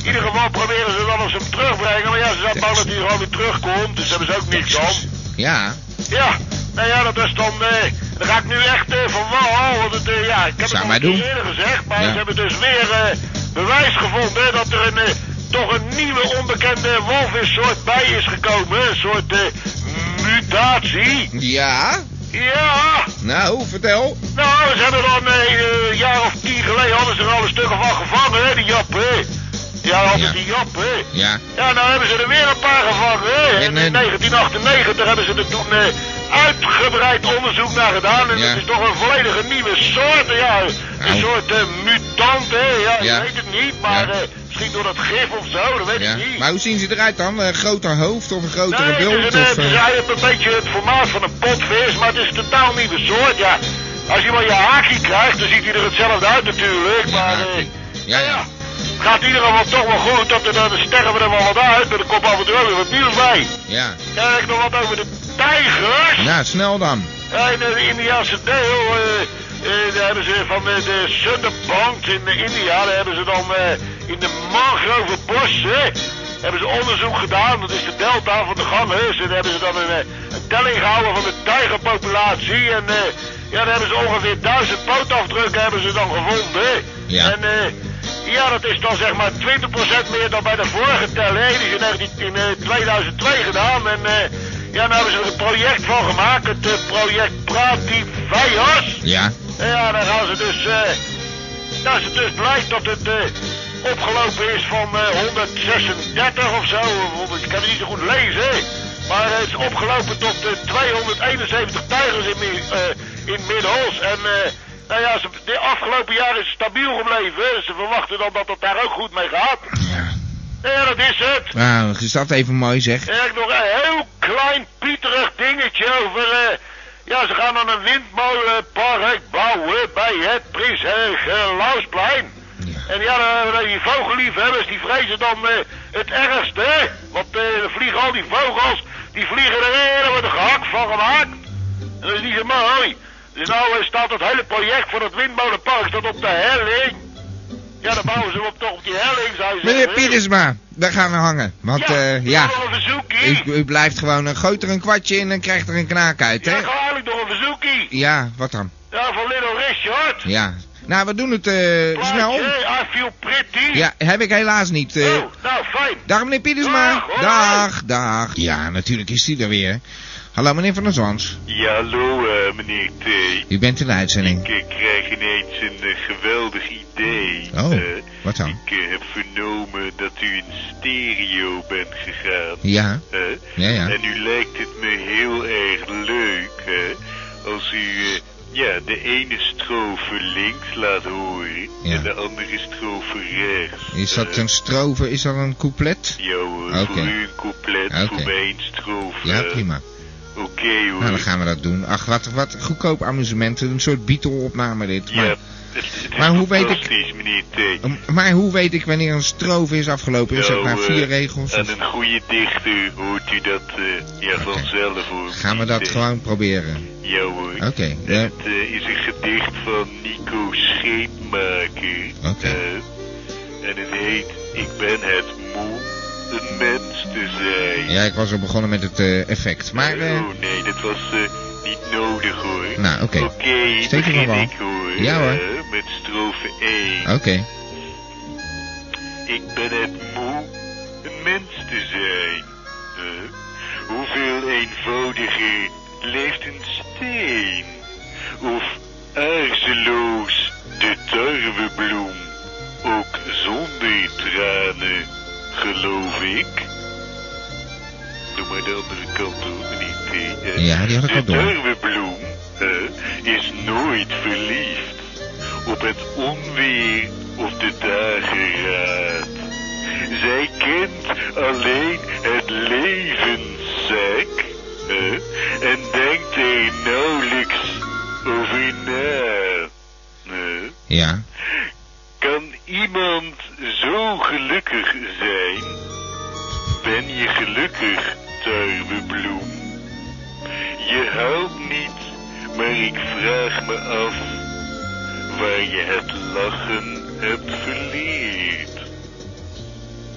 [SPEAKER 4] in ieder geval proberen ze dan of ze hem terugbrengen. Maar ja, ze zijn bang dat hij gewoon weer terugkomt, dus daar hebben ze ook niks aan.
[SPEAKER 2] Ja,
[SPEAKER 4] Ja, nou ja, dat is dan... eh, dan ga ik nu echt eh, van wal, want het, eh, ja, ik heb
[SPEAKER 2] Zou maar
[SPEAKER 4] het al
[SPEAKER 2] doen.
[SPEAKER 4] eerder gezegd, maar
[SPEAKER 2] Ja.
[SPEAKER 4] ze hebben dus weer eh, bewijs gevonden hè, dat er een, eh, toch een nieuwe onbekende walvissoort bij is gekomen. Een soort eh, mutatie.
[SPEAKER 2] ja.
[SPEAKER 4] Ja,
[SPEAKER 2] Nou, vertel.
[SPEAKER 4] nou, ze hebben dan eh, eh, een jaar of tien geleden hadden ze er al een stuk van gevangen, hè, die jap, hè. Ja, altijd
[SPEAKER 2] Ja.
[SPEAKER 4] die jap, hè.
[SPEAKER 2] Ja,
[SPEAKER 4] Ja, nou hebben ze er weer een paar gevangen. hè. En
[SPEAKER 2] En, eh,
[SPEAKER 4] in 1998 hebben ze er toen eh, uitgebreid onderzoek naar gedaan. En
[SPEAKER 2] Ja.
[SPEAKER 4] het is toch een volledige nieuwe soort. Ja, een
[SPEAKER 2] Au.
[SPEAKER 4] soort eh, mutant, hè. Ja,
[SPEAKER 2] Ja.
[SPEAKER 4] ik weet het niet, maar
[SPEAKER 2] Ja.
[SPEAKER 4] eh, misschien door dat gif of zo, dat weet
[SPEAKER 2] ja.
[SPEAKER 4] ik niet.
[SPEAKER 2] Maar hoe zien ze eruit dan? Een groter hoofd of een grotere
[SPEAKER 4] Nee,
[SPEAKER 2] bult?
[SPEAKER 4] het is
[SPEAKER 2] Of,
[SPEAKER 4] een,
[SPEAKER 2] eh,
[SPEAKER 4] hij heeft een beetje het formaat van een potvis, maar het is een totaal nieuwe soort, ja. Als je maar je haakje krijgt, dan ziet hij er hetzelfde uit natuurlijk,
[SPEAKER 2] Ja,
[SPEAKER 4] maar...
[SPEAKER 2] haakje.
[SPEAKER 4] eh,
[SPEAKER 2] Ja, ja.
[SPEAKER 4] Het gaat in ieder geval toch wel goed, dat er, dan sterren we er wel wat uit, maar er komt af en toe ook weer wat nieuws bij.
[SPEAKER 2] Ja.
[SPEAKER 4] Kijk nog wat over de tijgers.
[SPEAKER 2] Nou, snel dan.
[SPEAKER 4] Ja, in het Indiaanse deel eh, eh, daar hebben ze van eh, de Sunderbank in eh, India, daar hebben ze dan eh, in de mangrovenbossen hebben ze onderzoek gedaan. Dat is de delta van de Ganges. En daar hebben ze dan een, eh, een telling gehouden van de tijgerpopulatie. En eh, ja, daar hebben ze ongeveer duizend pootafdrukken hebben ze dan gevonden.
[SPEAKER 2] Ja.
[SPEAKER 4] En eh, ja, dat is dan zeg maar 20% meer dan bij de vorige telling. Die is in, 19 in eh, 2002 gedaan. En eh, ja, nou hebben ze er een project van gemaakt. Het eh, project Prativias.
[SPEAKER 2] Ja.
[SPEAKER 4] En ja, daar gaan ze dus... eh nou, ze dus blijkt dat het eh, opgelopen is van eh, 136 of zo. of 100 Ik kan het niet zo goed lezen. hè. Maar eh, het is opgelopen tot eh, 271 tijgers in, Mi- eh in Middells. En eh, nou ja, ze, de afgelopen jaar is het stabiel gebleven. hè. Ze verwachten dan dat het daar ook goed mee gaat.
[SPEAKER 2] ja.
[SPEAKER 4] Nou Ja, dat is het.
[SPEAKER 2] Nou, is dat even mooi zeg.
[SPEAKER 4] En ik nog een heel klein pieterig dingetje over. eh, ja, ze gaan dan een windmolenpark bouwen bij het Prins Lausplein.
[SPEAKER 2] Ja.
[SPEAKER 4] En ja, eh, die vogelliefhebbers die vrezen dan eh, het ergste. hè. Want eh, er vliegen al die vogels, die vliegen erin en worden gehakt van gemaakt. En dat is niet zo mooi. Dus nou eh, staat dat hele project van het windmolenpark staat op de helling. Ja, dan bouwen ze hem op, toch op die helling, zou je
[SPEAKER 2] Meneer
[SPEAKER 4] zeggen.
[SPEAKER 2] Pietersma, daar gaan we hangen. Want
[SPEAKER 4] ja,
[SPEAKER 2] eh, ja,
[SPEAKER 4] nou, een verzoekie.
[SPEAKER 2] u, u blijft gewoon, eh, gooit er een kwartje in en krijgt er een knaak uit,
[SPEAKER 4] Ja,
[SPEAKER 2] hè?
[SPEAKER 4] gewoon eigenlijk nog een verzoekie.
[SPEAKER 2] Ja, wat dan?
[SPEAKER 7] Ja, van Little Richard.
[SPEAKER 2] Ja. Nou, we doen het eh, snel.
[SPEAKER 7] Plaatje, I feel pretty.
[SPEAKER 2] Ja, heb ik helaas niet. eh.
[SPEAKER 7] Oh, nou, fijn.
[SPEAKER 2] Dag meneer Pietersma.
[SPEAKER 7] Dag, hoi.
[SPEAKER 2] Dag, dag. Ja, natuurlijk is hij er weer. Hallo meneer Van der Zwans.
[SPEAKER 7] Ja, hallo eh, meneer T.
[SPEAKER 2] U bent in de uitzending.
[SPEAKER 7] Ik krijg ineens een eh, geweldig idee. Eh,
[SPEAKER 2] Oh, wat dan?
[SPEAKER 7] Ik eh, heb vernomen dat u in stereo bent gegaan.
[SPEAKER 2] Ja,
[SPEAKER 7] hè?
[SPEAKER 2] Ja, ja.
[SPEAKER 7] En nu lijkt het me heel erg leuk hè? als u eh, ja, de ene strofe links laat horen
[SPEAKER 2] Ja.
[SPEAKER 7] en de andere strofe rechts.
[SPEAKER 2] is dat
[SPEAKER 7] hè?
[SPEAKER 2] een strofe, is dat een couplet?
[SPEAKER 7] Ja hoor,
[SPEAKER 2] Oké.
[SPEAKER 7] voor u een couplet,
[SPEAKER 2] Oké.
[SPEAKER 7] voor mij een strofe.
[SPEAKER 2] Ja, prima.
[SPEAKER 7] eh, Oké hoor.
[SPEAKER 2] Nou, dan gaan we dat doen. Ach, wat, wat goedkoop amusement. Een soort Beatle-opname dit.
[SPEAKER 7] Ja,
[SPEAKER 2] Maar,
[SPEAKER 7] het, het is
[SPEAKER 2] Maar hoe weet ik- eh,
[SPEAKER 7] fantastisch, meneer T.
[SPEAKER 2] maar hoe weet ik wanneer een strofe is afgelopen? Is dat
[SPEAKER 7] Nou,
[SPEAKER 2] na
[SPEAKER 7] eh,
[SPEAKER 2] vier regels?
[SPEAKER 7] Aan
[SPEAKER 2] of-
[SPEAKER 7] een goede dichter hoort u dat eh, ja,
[SPEAKER 2] Oké.
[SPEAKER 7] vanzelf hoor.
[SPEAKER 2] Gaan we
[SPEAKER 7] meneer
[SPEAKER 2] dat
[SPEAKER 7] T.
[SPEAKER 2] gewoon proberen?
[SPEAKER 7] Ja hoor.
[SPEAKER 2] Oké, ja.
[SPEAKER 7] Het eh, is een gedicht van Nico Scheepmaker.
[SPEAKER 2] Oké.
[SPEAKER 7] Eh, en het heet Ik ben het moe een mens te zijn.
[SPEAKER 2] Ja, ik was al begonnen met het eh, effect. Maar, eh,
[SPEAKER 7] Oh nee, dat was eh, niet nodig hoor.
[SPEAKER 2] nou, oké.
[SPEAKER 7] Oké,
[SPEAKER 2] Steek hem
[SPEAKER 7] begin
[SPEAKER 2] maar.
[SPEAKER 7] ik hoor.
[SPEAKER 2] Ja, hoor.
[SPEAKER 7] eh, met strofe 1.
[SPEAKER 2] eh, Oké.
[SPEAKER 7] Ik ben het moe een mens te zijn. Huh? Hoeveel eenvoudiger leeft een steen? Of aarzeloos de tarwebloem, ook zonder tranen, geloof ik. Doe maar de andere kant door, meneer T. Eh,
[SPEAKER 2] Ja, die had ik al
[SPEAKER 7] De
[SPEAKER 2] door.
[SPEAKER 7] tarwebloem eh, is nooit verliefd op het onweer of de dageraad. Zij kent alleen het levenszak eh, en denkt er nauwelijks over na. Eh,
[SPEAKER 2] Ja.
[SPEAKER 7] kan iemand zo gelukkig zijn? Ben je gelukkig, tuinbloem? Je huilt niet, maar ik vraag me af waar je het lachen hebt verleerd.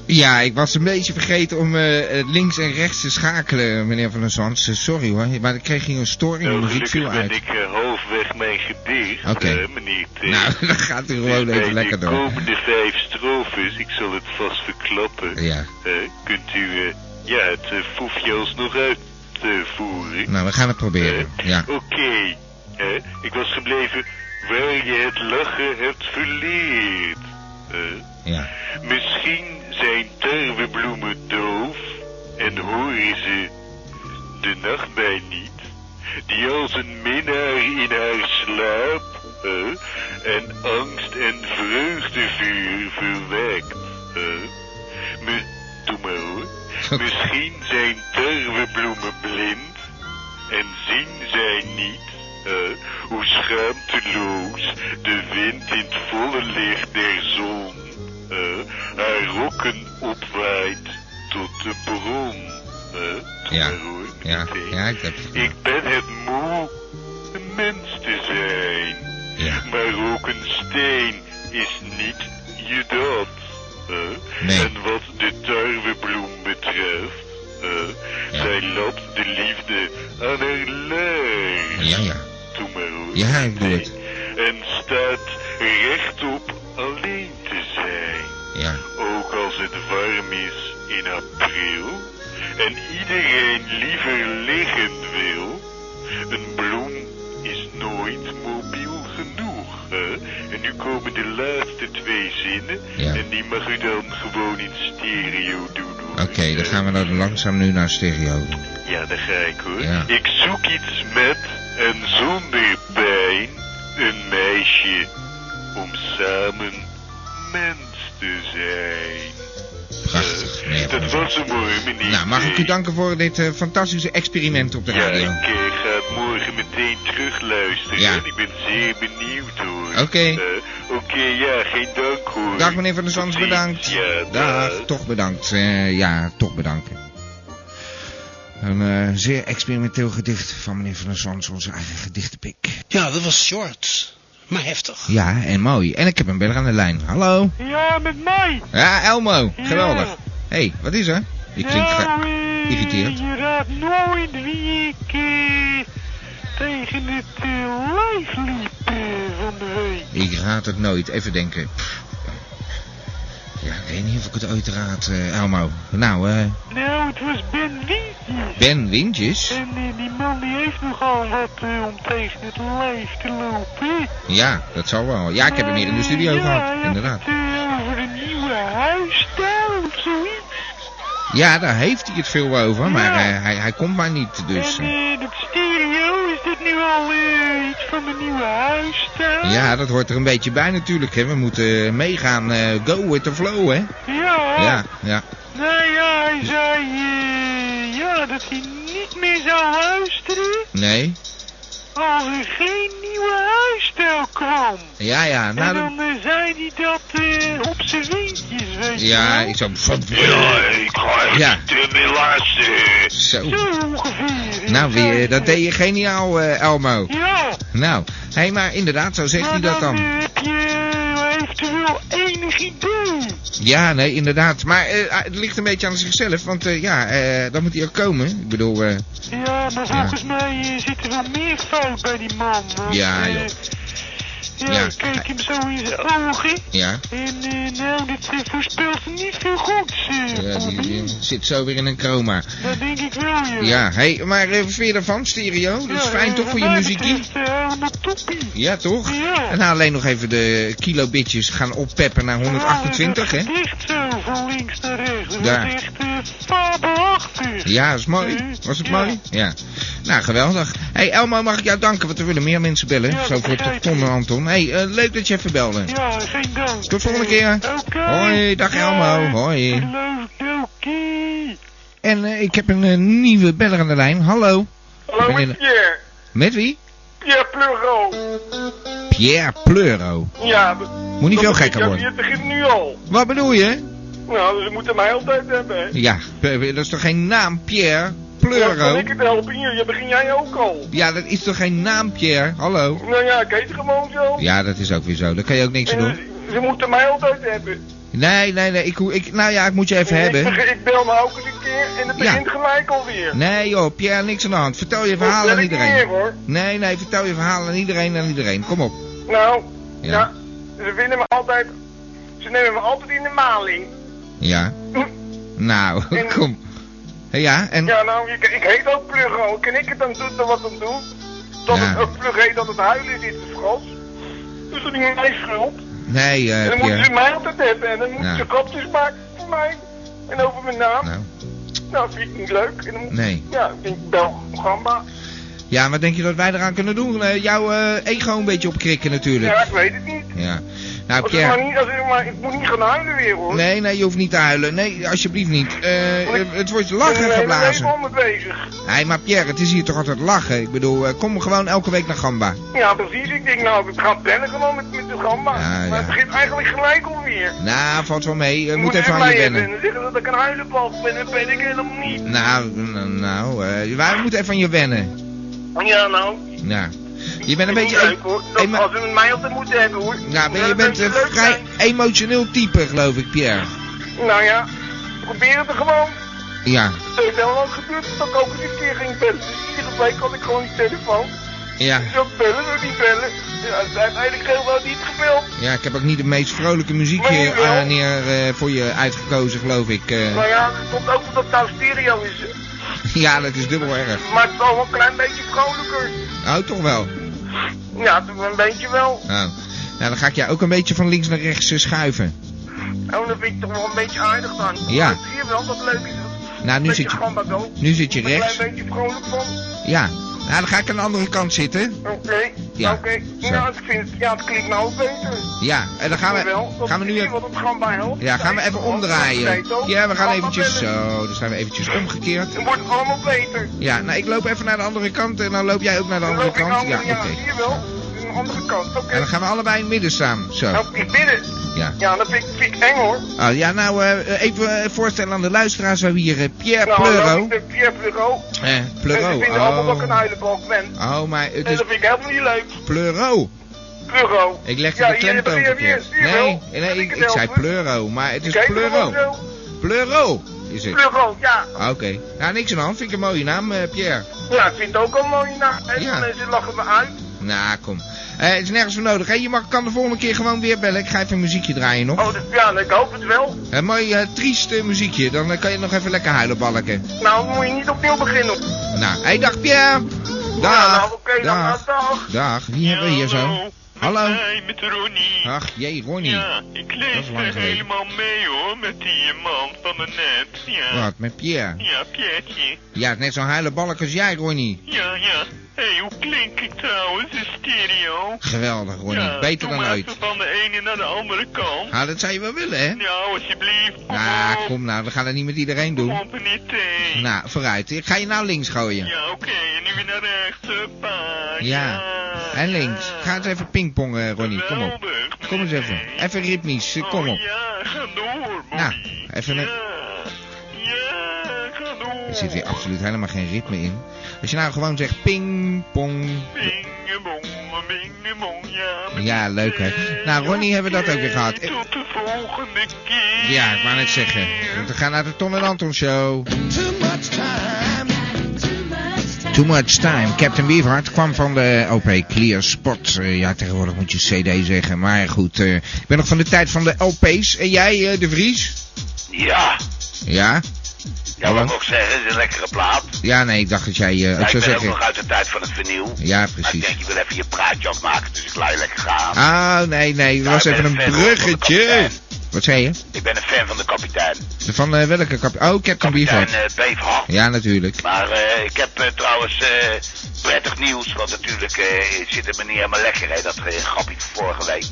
[SPEAKER 2] Ja, ik was een beetje vergeten om eh, eh, links en rechts te schakelen, meneer Van der Zands. Eh, sorry hoor, maar ik kreeg hier een storing. De
[SPEAKER 7] Nou,
[SPEAKER 2] muziek viel
[SPEAKER 7] gelukkig ben
[SPEAKER 2] uit.
[SPEAKER 7] ik eh, halfweg mijn gedicht,
[SPEAKER 2] Oké.
[SPEAKER 7] eh, meneer T.
[SPEAKER 2] Nou, dan gaat u
[SPEAKER 7] Dus
[SPEAKER 2] gewoon
[SPEAKER 7] bij
[SPEAKER 2] even lekker
[SPEAKER 7] de
[SPEAKER 2] door.
[SPEAKER 7] komende vijf strofes, ik zal het vast verklappen,
[SPEAKER 2] Ja.
[SPEAKER 7] eh, kunt u eh, ja, het eh, foefje alsnog eh, uitvoeren.
[SPEAKER 2] Nou, we gaan het proberen.
[SPEAKER 7] Eh,
[SPEAKER 2] Ja.
[SPEAKER 7] Oké, hè, ik was gebleven waar je het lachen hebt verleerd. Eh,
[SPEAKER 2] Ja.
[SPEAKER 7] misschien zijn tarwebloemen doof en horen ze de nachtbij niet, die als een minnaar in haar slaap eh, en angst en vreugdevuur verwekt. eh. Me, doe maar hoor.
[SPEAKER 2] Oké.
[SPEAKER 7] Misschien zijn tarwebloemen blind en zien zij niet eh, hoe schaamteloos de wind in het volle licht der zon eh, haar rokken opwaait tot de bron. eh. Doe
[SPEAKER 2] Ja.
[SPEAKER 7] maar hoor,
[SPEAKER 2] Ja.
[SPEAKER 7] meneer T.
[SPEAKER 2] Ja, ik heb het
[SPEAKER 7] Ik
[SPEAKER 2] gedaan.
[SPEAKER 7] ben het moe een mens te zijn.
[SPEAKER 2] Ja.
[SPEAKER 7] Maar ook een steen is niet je dat. hè?
[SPEAKER 2] Nee.
[SPEAKER 7] En wat de tarwebloem betreft, hè,
[SPEAKER 2] Ja.
[SPEAKER 7] zij lapt de liefde aan haar lijf.
[SPEAKER 2] Ja, ja.
[SPEAKER 7] Doe maar hoor.
[SPEAKER 2] Ja, ik doe het.
[SPEAKER 7] En staat rechtop alleen te zijn.
[SPEAKER 2] Ja.
[SPEAKER 7] Ook als het warm is in april en iedereen liever liggen wil. Een bloem is nooit mobiel genoeg. Hè? En nu komen de laatste twee zinnen
[SPEAKER 2] Ja.
[SPEAKER 7] en die mag u dan gewoon in stereo doen. hoor.
[SPEAKER 2] Oké, dan gaan we dan langzaam nu naar stereo.
[SPEAKER 7] Ja, daar ga ik hoor.
[SPEAKER 2] Ja.
[SPEAKER 7] Ik zoek iets met en zonder pijn. Een meisje om samen mens te zijn.
[SPEAKER 2] Prachtig.
[SPEAKER 7] Eh,
[SPEAKER 2] meneer Van der
[SPEAKER 7] dat
[SPEAKER 2] Zands.
[SPEAKER 7] was hem hoor, meneer.
[SPEAKER 2] Nou, mag ik u
[SPEAKER 7] T.
[SPEAKER 2] danken voor dit eh, fantastische experiment op de
[SPEAKER 7] Ja,
[SPEAKER 2] radio.
[SPEAKER 7] ik eh, ga het morgen meteen terugluisteren.
[SPEAKER 2] Ja.
[SPEAKER 7] Ik ben zeer benieuwd hoor.
[SPEAKER 2] Oké.
[SPEAKER 7] Eh, Oké, ja, geen dank hoor.
[SPEAKER 2] Dag meneer Van der Zands,
[SPEAKER 7] Tot ziens.
[SPEAKER 2] bedankt.
[SPEAKER 7] Ja,
[SPEAKER 2] Dag, toch bedankt. Eh, ja, toch bedankt. Een eh, zeer experimenteel gedicht van meneer Van der Zands, onze eigen gedichtenpik.
[SPEAKER 8] Ja, dat was short. Maar heftig.
[SPEAKER 2] Ja, en mooi. En ik heb een beller aan de lijn. Hallo?
[SPEAKER 9] Ja, met mij.
[SPEAKER 2] Ja, Elmo. Geweldig. Hé, hey, wat is er? Je klinkt... ge-
[SPEAKER 9] eh,
[SPEAKER 2] geïrriteerd.
[SPEAKER 9] Je raadt nooit wie ik eh, tegen het eh, lijf liep eh, van de week.
[SPEAKER 2] Ik raad het nooit. Even denken. Ja, ik weet niet of ik het ooit raad, eh, Elmo. Nou, eh,
[SPEAKER 9] Nou, het was Ben Wientjes.
[SPEAKER 2] Ben Windjes?
[SPEAKER 9] En eh, die man die heeft nogal wat eh, om tegen het lijf te lopen.
[SPEAKER 2] Ja, dat zal wel. Ja, ik heb hem hier in de studio gehad, inderdaad.
[SPEAKER 9] Het, eh, over een nieuwe huisstijl of zoiets.
[SPEAKER 2] Ja, daar heeft hij het veel over, maar
[SPEAKER 9] Ja.
[SPEAKER 2] eh, hij, hij komt maar niet, dus...
[SPEAKER 9] en
[SPEAKER 2] eh,
[SPEAKER 9] eh, dat stereo, is dat nu al eh, iets van mijn nieuwe huisstijl?
[SPEAKER 2] ja, dat hoort er een beetje bij natuurlijk, hè. We moeten eh, meegaan, eh, go with the flow, hè.
[SPEAKER 9] Ja.
[SPEAKER 2] Ja, ja.
[SPEAKER 9] Nou ja, hij zei eh, ja, dat hij niet meer zou luisteren
[SPEAKER 2] Nee?
[SPEAKER 9] als er geen nieuwe huisstijl kwam.
[SPEAKER 2] Ja, ja,
[SPEAKER 9] en
[SPEAKER 2] nou... dat-
[SPEAKER 9] dan eh, zei hij dat eh, op zijn windjes, weet
[SPEAKER 2] Ja,
[SPEAKER 9] je wel.
[SPEAKER 2] ik zou...
[SPEAKER 4] Ja, ik ga echt
[SPEAKER 2] Ja.
[SPEAKER 4] niet meer luisteren.
[SPEAKER 2] Zo.
[SPEAKER 9] Zo ongeveer.
[SPEAKER 2] Nou,
[SPEAKER 9] Zei
[SPEAKER 2] weer,
[SPEAKER 9] hij
[SPEAKER 2] dat deed je geniaal, eh, Elmo.
[SPEAKER 9] Ja,
[SPEAKER 2] Nou, hé, maar inderdaad, zo zegt
[SPEAKER 9] maar
[SPEAKER 2] hij dat
[SPEAKER 9] dan,
[SPEAKER 2] dan.
[SPEAKER 9] eh, heb je eh, eventueel enig idee.
[SPEAKER 2] Ja, nee, inderdaad. Maar eh, het ligt een beetje aan zichzelf, want eh, ja, eh, dan moet hij ook komen. Ik bedoel, eh,
[SPEAKER 9] Ja, maar volgens mij eh, zit er wel meer fout bij die man. want,
[SPEAKER 2] Ja,
[SPEAKER 9] eh,
[SPEAKER 2] joh.
[SPEAKER 9] ja,
[SPEAKER 2] Ja.
[SPEAKER 9] ik kijk hem zo in zijn ogen.
[SPEAKER 2] ja.
[SPEAKER 9] En eh, nou, dit eh, voorspelt niet veel goeds, eh,
[SPEAKER 2] Ja, die,
[SPEAKER 9] Bobby.
[SPEAKER 2] die zit zo weer in een coma.
[SPEAKER 9] Dat denk ik wel, joh. eh,
[SPEAKER 2] Ja, hé, maar eh, wat vind je ervan, stereo? Dat is fijn toch voor je muziekie?
[SPEAKER 9] Dat is helemaal toppie.
[SPEAKER 2] Ja, toch?
[SPEAKER 9] Ja.
[SPEAKER 2] En nou alleen nog even de kilobitjes gaan oppeppen naar 128, hè?
[SPEAKER 9] Dicht zo, van links naar rechts. Dat
[SPEAKER 2] Daar.
[SPEAKER 9] is echt eh, fabelachtig. Eh,
[SPEAKER 2] Ja, dat is mooi. Was het mooi? Ja. Nou, geweldig. hey, Elmo, mag ik jou danken? Want er willen meer mensen bellen.
[SPEAKER 9] Ja,
[SPEAKER 2] Zo voor
[SPEAKER 9] begrijp ik.
[SPEAKER 2] Tom en Anton. hey, eh, leuk dat je even belde.
[SPEAKER 9] Ja, geen dank.
[SPEAKER 2] Tot volgende keer.
[SPEAKER 9] Eh, Oké.
[SPEAKER 2] Hoi, dag Elmo. Hoi.
[SPEAKER 9] Leuk,
[SPEAKER 2] En eh, ik heb een eh, nieuwe beller aan de lijn. Hallo.
[SPEAKER 3] Hallo,
[SPEAKER 2] Meneer-
[SPEAKER 3] met Pierre.
[SPEAKER 2] Met wie?
[SPEAKER 3] Pierre Pluro.
[SPEAKER 2] Pierre Pleuro.
[SPEAKER 3] Ja, dat-
[SPEAKER 2] Moet niet
[SPEAKER 3] dat
[SPEAKER 2] veel
[SPEAKER 3] is-
[SPEAKER 2] gekker
[SPEAKER 3] ja,
[SPEAKER 2] worden.
[SPEAKER 3] Het begint nu al.
[SPEAKER 2] Wat bedoel je?
[SPEAKER 3] Nou, ze moeten mij altijd hebben. hè.
[SPEAKER 2] Ja, eh, dat is toch geen naam, Pierre
[SPEAKER 3] Ja, kan
[SPEAKER 2] Pleuro?
[SPEAKER 3] ik het helpen hier? Ja, begin jij ook al.
[SPEAKER 2] Ja, dat is toch geen naam, Pierre? Hallo.
[SPEAKER 3] Nou ja, ik heet gewoon zo.
[SPEAKER 2] Ja, dat is ook weer zo. Daar kan je ook niks aan
[SPEAKER 3] En,
[SPEAKER 2] doen.
[SPEAKER 3] eh, ze moeten mij altijd hebben.
[SPEAKER 2] Nee, nee, nee. Ik, hoe- ik, nou ja, ik moet je even
[SPEAKER 3] En Ik,
[SPEAKER 2] hebben.
[SPEAKER 3] beg- ik bel me ook eens een keer en het
[SPEAKER 2] Ja.
[SPEAKER 3] begint gelijk alweer.
[SPEAKER 2] Nee joh, Pierre, niks aan de hand. Vertel je verhaal
[SPEAKER 3] Dat
[SPEAKER 2] aan
[SPEAKER 3] wil ik niet meer,
[SPEAKER 2] iedereen.
[SPEAKER 3] hoor.
[SPEAKER 2] Nee, nee, vertel je verhaal aan iedereen, aan iedereen. Kom op.
[SPEAKER 3] Nou, ja.
[SPEAKER 2] Ja.
[SPEAKER 3] Ze vinden me altijd... Ze nemen me altijd in de maling.
[SPEAKER 2] Ja. Nou,
[SPEAKER 3] En-
[SPEAKER 2] kom. Ja, Eh, en...
[SPEAKER 3] Ja, nou, ik, ik heet ook Pluggo. Kan ik het dan doen, dan wat dan doen? Dat
[SPEAKER 2] Ja.
[SPEAKER 3] het ook Plug heet dat het huilen is in de schot. Dus dat is niet mijn schuld.
[SPEAKER 2] Nee,
[SPEAKER 3] En
[SPEAKER 2] eh
[SPEAKER 3] dan moeten ze
[SPEAKER 2] Pierre.
[SPEAKER 3] mij altijd hebben. En dan moeten
[SPEAKER 2] Ja.
[SPEAKER 3] ze kopjes maken voor mij. En over mijn naam.
[SPEAKER 2] Nou,
[SPEAKER 3] Nou, vind ik niet leuk. En dan,
[SPEAKER 2] nee.
[SPEAKER 3] Ja, ik denk, bel Gamba.
[SPEAKER 2] Ja, wat denk je dat wij eraan kunnen doen? Eh, jouw eh, ego een beetje opkrikken
[SPEAKER 3] Ja,
[SPEAKER 2] natuurlijk.
[SPEAKER 3] ik weet het niet.
[SPEAKER 2] Ja. Nou,
[SPEAKER 3] Als ik maar
[SPEAKER 2] Pierre.
[SPEAKER 3] niet, als ik maar, ik moet niet gaan huilen weer hoor.
[SPEAKER 2] Nee, nee, je hoeft niet te huilen. Nee, alsjeblieft niet. Eh, eh, het wordt
[SPEAKER 3] Ik ben
[SPEAKER 2] lachen
[SPEAKER 3] er een hele week
[SPEAKER 2] geblazen.
[SPEAKER 3] al mee bezig.
[SPEAKER 2] Nee, maar Pierre, het is hier toch altijd lachen? Ik bedoel, eh, kom gewoon elke week naar Gamba.
[SPEAKER 3] Ja, precies. Ik denk, nou, ik ga bellen gewoon met, met de
[SPEAKER 2] Ja,
[SPEAKER 3] Gamba. maar
[SPEAKER 2] ja.
[SPEAKER 3] het begint eigenlijk gelijk alweer.
[SPEAKER 2] Nou, valt wel mee. Eh,
[SPEAKER 3] Je
[SPEAKER 2] moet
[SPEAKER 3] er
[SPEAKER 2] even aan
[SPEAKER 3] mij
[SPEAKER 2] je
[SPEAKER 3] hebben.
[SPEAKER 2] wennen.
[SPEAKER 3] En dan zeggen ze dat ik een huilenbalk ben. Dat ben ik helemaal niet.
[SPEAKER 2] Nou, nou, nou eh, wij moeten even aan je wennen.
[SPEAKER 3] Ja, nou.
[SPEAKER 2] Nou, je bent een
[SPEAKER 3] vind ik
[SPEAKER 2] beetje...
[SPEAKER 3] niet leuk, hoor. Dat,
[SPEAKER 2] emo-
[SPEAKER 3] als ze met mij altijd moeten hebben hoor.
[SPEAKER 2] nou, ben-
[SPEAKER 3] Ja,
[SPEAKER 2] je
[SPEAKER 3] dat
[SPEAKER 2] bent
[SPEAKER 3] moet
[SPEAKER 2] een
[SPEAKER 3] leuk
[SPEAKER 2] vrij
[SPEAKER 3] zijn.
[SPEAKER 2] emotioneel type, geloof ik, Pierre.
[SPEAKER 3] Nou ja, probeer het er gewoon.
[SPEAKER 2] Ja,
[SPEAKER 3] Het is wel wat gebeurd dat ik ook eens een keer ging bellen. Dus iedere week had ik gewoon die telefoon.
[SPEAKER 2] ja,
[SPEAKER 3] Ik wil bellen, wil niet bellen. Ja, uiteindelijk helemaal niet gebeld.
[SPEAKER 2] ja. Ik heb ook niet de meest vrolijke muziek
[SPEAKER 3] Maar
[SPEAKER 2] hier
[SPEAKER 3] nu wel.
[SPEAKER 2] aan hier, eh, voor je uitgekozen, geloof ik. eh.
[SPEAKER 3] Nou ja, het komt ook omdat het nou stereo is.
[SPEAKER 2] ja, dat is dubbel erg.
[SPEAKER 3] Maar het is wel een klein beetje vrolijker.
[SPEAKER 2] Oh, toch wel.
[SPEAKER 3] Ja, toch een beetje wel.
[SPEAKER 2] Oh. Nou, dan ga ik jou ook een beetje van links naar rechts eh, schuiven.
[SPEAKER 3] Oh, dat vind ik toch wel een beetje aardig dan.
[SPEAKER 2] Ja.
[SPEAKER 3] Dat zie je wel, dat leuk is.
[SPEAKER 2] Nou, nu
[SPEAKER 3] Beetje
[SPEAKER 2] zit je-
[SPEAKER 3] gamba wel.
[SPEAKER 2] Nu zit je
[SPEAKER 3] Een klein
[SPEAKER 2] rechts.
[SPEAKER 3] beetje vrolijk van.
[SPEAKER 2] Ja. Nou, dan ga ik aan de andere kant zitten.
[SPEAKER 3] Oké.
[SPEAKER 2] Ja,
[SPEAKER 3] Oké.
[SPEAKER 2] zo.
[SPEAKER 3] Ja, ik vind het, ja, het klinkt nou ook beter.
[SPEAKER 2] Ja, en dan gaan
[SPEAKER 3] Jawel,
[SPEAKER 2] we,
[SPEAKER 3] dat
[SPEAKER 2] gaan we nu
[SPEAKER 3] is
[SPEAKER 2] even...
[SPEAKER 3] wat het gamba helpt.
[SPEAKER 2] Ja, gaan we even
[SPEAKER 3] Gewoon, dat
[SPEAKER 2] omdraaien.
[SPEAKER 3] weet ook.
[SPEAKER 2] Ja, we gaan
[SPEAKER 3] Gamba
[SPEAKER 2] eventjes
[SPEAKER 3] bellen.
[SPEAKER 2] zo. Dan zijn we eventjes omgekeerd.
[SPEAKER 3] Dan wordt het allemaal beter.
[SPEAKER 2] Ja, nou ik loop even naar de andere kant en dan loop jij ook naar de
[SPEAKER 3] Dan
[SPEAKER 2] andere
[SPEAKER 3] loop ik
[SPEAKER 2] kant.
[SPEAKER 3] aan,
[SPEAKER 2] Ja,
[SPEAKER 3] ja,
[SPEAKER 2] oké.
[SPEAKER 3] zie je wel. Een andere kant. Oké.
[SPEAKER 2] En dan gaan we allebei in het midden staan. Zo,
[SPEAKER 3] Nou, ik bidden.
[SPEAKER 2] ja.
[SPEAKER 3] Ja, dat vind ik, vind ik eng hoor.
[SPEAKER 2] Ah, ja, nou eh, even eh, voorstellen aan de luisteraars. We hebben hier eh, Pierre
[SPEAKER 3] nou, hallo,
[SPEAKER 2] Pleuro.
[SPEAKER 3] ik ben Pierre Pleuro.
[SPEAKER 2] Eh,
[SPEAKER 3] En
[SPEAKER 2] Pleuro,
[SPEAKER 3] ze vinden allemaal dat ik een
[SPEAKER 2] oh.
[SPEAKER 3] huilenbalk ben.
[SPEAKER 2] Oh, maar het
[SPEAKER 3] En
[SPEAKER 2] is
[SPEAKER 3] dat vind ik helemaal niet leuk.
[SPEAKER 2] Pleuro.
[SPEAKER 3] Pleuro.
[SPEAKER 2] Ik leg
[SPEAKER 3] ja,
[SPEAKER 2] de klemtoon
[SPEAKER 3] hier, hier,
[SPEAKER 2] verkeerd.
[SPEAKER 3] hier, hier wel.
[SPEAKER 2] Nee,
[SPEAKER 3] Kan
[SPEAKER 2] nee ik,
[SPEAKER 3] het
[SPEAKER 2] ik zei
[SPEAKER 3] helpen?
[SPEAKER 2] Pleuro, maar het is
[SPEAKER 3] Kijk, dat
[SPEAKER 2] Pleuro.
[SPEAKER 3] was zo.
[SPEAKER 2] Pleuro. is het.
[SPEAKER 3] Pluggo, ja.
[SPEAKER 2] Oké. Nou, niks aan de hand. Vind ik een mooie naam, eh, Pierre.
[SPEAKER 3] Ja, ik vind het ook al mooi na. En
[SPEAKER 2] Ja.
[SPEAKER 3] mensen lachen me uit.
[SPEAKER 2] Nou, kom. Eh, het is nergens voor nodig. Hè? Je mag, kan de volgende keer gewoon weer bellen. Ik ga even een muziekje draaien nog.
[SPEAKER 3] Oh, dat, ja, ik hoop het wel.
[SPEAKER 2] Een mooi eh, triest eh, muziekje. Dan eh, kan je nog even lekker huilen, balken.
[SPEAKER 3] Nou, moet je niet opnieuw beginnen.
[SPEAKER 2] Nou, hey, dag Pierre.
[SPEAKER 3] Ja, nou,
[SPEAKER 2] Dag.
[SPEAKER 3] oké, dan
[SPEAKER 2] dag.
[SPEAKER 3] gaat dag.
[SPEAKER 2] Dag. Wie hebben we hier zo? Hallo.
[SPEAKER 4] Met mij, met Ronnie.
[SPEAKER 2] Ach, jee, Ronnie.
[SPEAKER 4] Ja, ik
[SPEAKER 2] Dat
[SPEAKER 4] leef
[SPEAKER 2] is lang
[SPEAKER 4] er
[SPEAKER 2] geleden.
[SPEAKER 4] helemaal mee hoor, met die eh, man van me net. Ja.
[SPEAKER 2] Wat, met Pierre?
[SPEAKER 4] Ja, Pietje.
[SPEAKER 2] Ja, het is net zo'n huilen balk als jij, Ronnie.
[SPEAKER 4] Ja, ja. Hé, hey, hoe klink ik trouwens in stereo?
[SPEAKER 2] Geweldig, Ronnie.
[SPEAKER 4] ja,
[SPEAKER 2] Beter
[SPEAKER 4] doe
[SPEAKER 2] dan
[SPEAKER 4] maar
[SPEAKER 2] ooit.
[SPEAKER 4] even van de ene naar de andere kant.
[SPEAKER 2] Ah, dat zou je wel willen, hè?
[SPEAKER 4] Nou, alsjeblieft. Kom
[SPEAKER 2] Nou,
[SPEAKER 4] op.
[SPEAKER 2] kom nou. We gaan dat niet met iedereen
[SPEAKER 4] Kom
[SPEAKER 2] doen.
[SPEAKER 4] op en niet thee.
[SPEAKER 2] Nou, vooruit. Ik ga je nou links gooien.
[SPEAKER 4] Ja, oké. En nu weer naar rechts. Huppa.
[SPEAKER 2] Ja. En
[SPEAKER 4] ja.
[SPEAKER 2] links. Ga eens even pingpongen, Ronnie. Kom op.
[SPEAKER 4] Geweldig,
[SPEAKER 2] Kom eens even.
[SPEAKER 4] meneer.
[SPEAKER 2] Even ritmisch. eh, Kom
[SPEAKER 4] Oh,
[SPEAKER 2] op.
[SPEAKER 4] ja, ga door, Bobby.
[SPEAKER 2] Nou, even een-
[SPEAKER 4] Ja, ja ga door.
[SPEAKER 2] Er zit hier absoluut helemaal geen ritme in. Als je nou gewoon zegt ping, pong.
[SPEAKER 4] Bingebong, bingebong, ja. meneer
[SPEAKER 2] Ja, leuk, hè. Nou, Ronnie hebben we dat ook weer gehad.
[SPEAKER 4] Oké,
[SPEAKER 9] eh,
[SPEAKER 4] Tot de volgende keer.
[SPEAKER 2] Ja, ik wou net zeggen. We gaan naar de Ton en Anton show. Too Much Time. Captain Beefheart kwam van de LP Clear Spot. Eh, ja, tegenwoordig moet je CD zeggen. Maar goed, eh, ik ben nog van de tijd van de LP's. En jij, eh, De Vries?
[SPEAKER 6] Ja,
[SPEAKER 2] Ja?
[SPEAKER 6] ja
[SPEAKER 2] Hallo?
[SPEAKER 6] wat ik ook zeggen, het is een lekkere plaat.
[SPEAKER 2] Ja, nee, ik dacht dat jij... eh,
[SPEAKER 6] Ja,
[SPEAKER 2] ik
[SPEAKER 6] ik ben
[SPEAKER 2] zou
[SPEAKER 6] ook nog
[SPEAKER 2] zeggen...
[SPEAKER 6] uit de tijd van het vernieuw.
[SPEAKER 2] Ja,
[SPEAKER 6] Maar ik
[SPEAKER 2] precies.
[SPEAKER 6] denk, je wil even je praatje afmaken, dus ik laat je lekker gaan.
[SPEAKER 2] Ah, nee, nee. Het
[SPEAKER 6] Ja,
[SPEAKER 2] was
[SPEAKER 6] ik
[SPEAKER 2] even
[SPEAKER 6] ben
[SPEAKER 2] een
[SPEAKER 6] fan hoor, van de
[SPEAKER 2] bruggetje.
[SPEAKER 6] kapitein.
[SPEAKER 2] Wat zei je?
[SPEAKER 6] Ik ben een fan van de kapitein.
[SPEAKER 2] Van eh, welke kap? Oh, Captain
[SPEAKER 6] Kapitein
[SPEAKER 2] Beefheart.
[SPEAKER 6] eh Beefhart.
[SPEAKER 2] Ja, natuurlijk.
[SPEAKER 6] Maar eh, ik heb eh, trouwens eh, prettig nieuws, want natuurlijk eh, zit het me niet helemaal lekker, hè, dat eh, grapje van vorige week.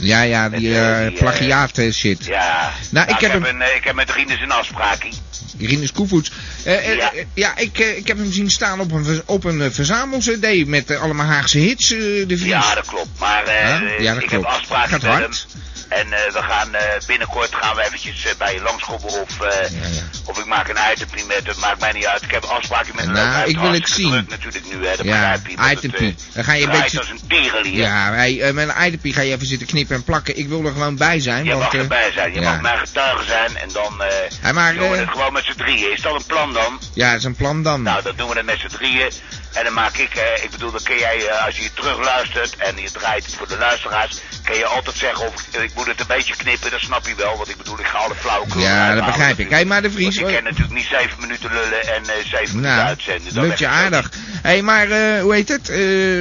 [SPEAKER 2] Ja, ja, die
[SPEAKER 6] Met, eh,
[SPEAKER 2] eh
[SPEAKER 6] die, eh,
[SPEAKER 2] plagiaat eh, shit.
[SPEAKER 6] Ja,
[SPEAKER 2] Nou, ik heb hem-
[SPEAKER 6] eh, ik heb met Rinus een afspraakje.
[SPEAKER 2] Rinus Koevoets. Eh, eh,
[SPEAKER 6] Ja.
[SPEAKER 2] eh, ja, ik, eh, ik heb hem zien staan op een, ver- op een eh, verzamel-cd met eh, allemaal Haagse hits, eh, de Vries.
[SPEAKER 6] Ja, dat klopt. Maar eh,
[SPEAKER 2] Huh? Ja, dat
[SPEAKER 6] ik
[SPEAKER 2] klopt.
[SPEAKER 6] heb afspraken
[SPEAKER 2] Gaat
[SPEAKER 6] met
[SPEAKER 2] hard.
[SPEAKER 6] hem. En eh, we gaan eh, binnenkort gaan we eventjes eh, bij je langskoppen of, eh,
[SPEAKER 2] Ja, ja.
[SPEAKER 6] of ik maak een item met het maakt mij niet uit. Ik heb afspraken met een
[SPEAKER 2] Nou,
[SPEAKER 6] leuk item.
[SPEAKER 2] ik wil het
[SPEAKER 6] Hartstikke
[SPEAKER 2] zien.
[SPEAKER 6] druk natuurlijk nu, hè, dat
[SPEAKER 2] Ja,
[SPEAKER 6] begrijp je. want
[SPEAKER 2] item
[SPEAKER 6] het, eh,
[SPEAKER 2] P. Dan ga je een
[SPEAKER 6] draait
[SPEAKER 2] beetje-
[SPEAKER 6] als een tierenlier.
[SPEAKER 2] Ja, hey, eh, met een eiderpie ga je even zitten knippen en plakken. Ik wil er gewoon bij zijn.
[SPEAKER 6] Je
[SPEAKER 2] want,
[SPEAKER 6] mag
[SPEAKER 2] eh,
[SPEAKER 6] erbij zijn, je
[SPEAKER 2] ja.
[SPEAKER 6] mag mijn getuige zijn en dan eh
[SPEAKER 2] Hij maakt,
[SPEAKER 6] doen we
[SPEAKER 2] eh,
[SPEAKER 6] het gewoon met z'n drieën. Is dat een plan dan?
[SPEAKER 2] ja, dat is een plan dan.
[SPEAKER 6] Nou, dan doen we het met z'n drieën. En dan maak ik, eh, ik bedoel, dan kun jij, eh, als je het terugluistert en je draait het voor de luisteraars, kun je altijd zeggen of eh, ik, ik moet het een beetje knippen, dat snap je wel. Want ik bedoel, ik ga alle flauwekul
[SPEAKER 2] Ja, dat
[SPEAKER 6] eruit halen
[SPEAKER 2] begrijp ik.
[SPEAKER 6] natuurlijk.
[SPEAKER 2] Hé, maar de Vries,
[SPEAKER 6] Want
[SPEAKER 2] hoor.
[SPEAKER 6] je kan natuurlijk niet zeven minuten lullen en eh, zeven minuten
[SPEAKER 2] nou,
[SPEAKER 6] uitzenden. Dan
[SPEAKER 2] lukt je
[SPEAKER 6] heb het
[SPEAKER 2] aardig. Hé, hey, maar eh, hoe heet het? Eh,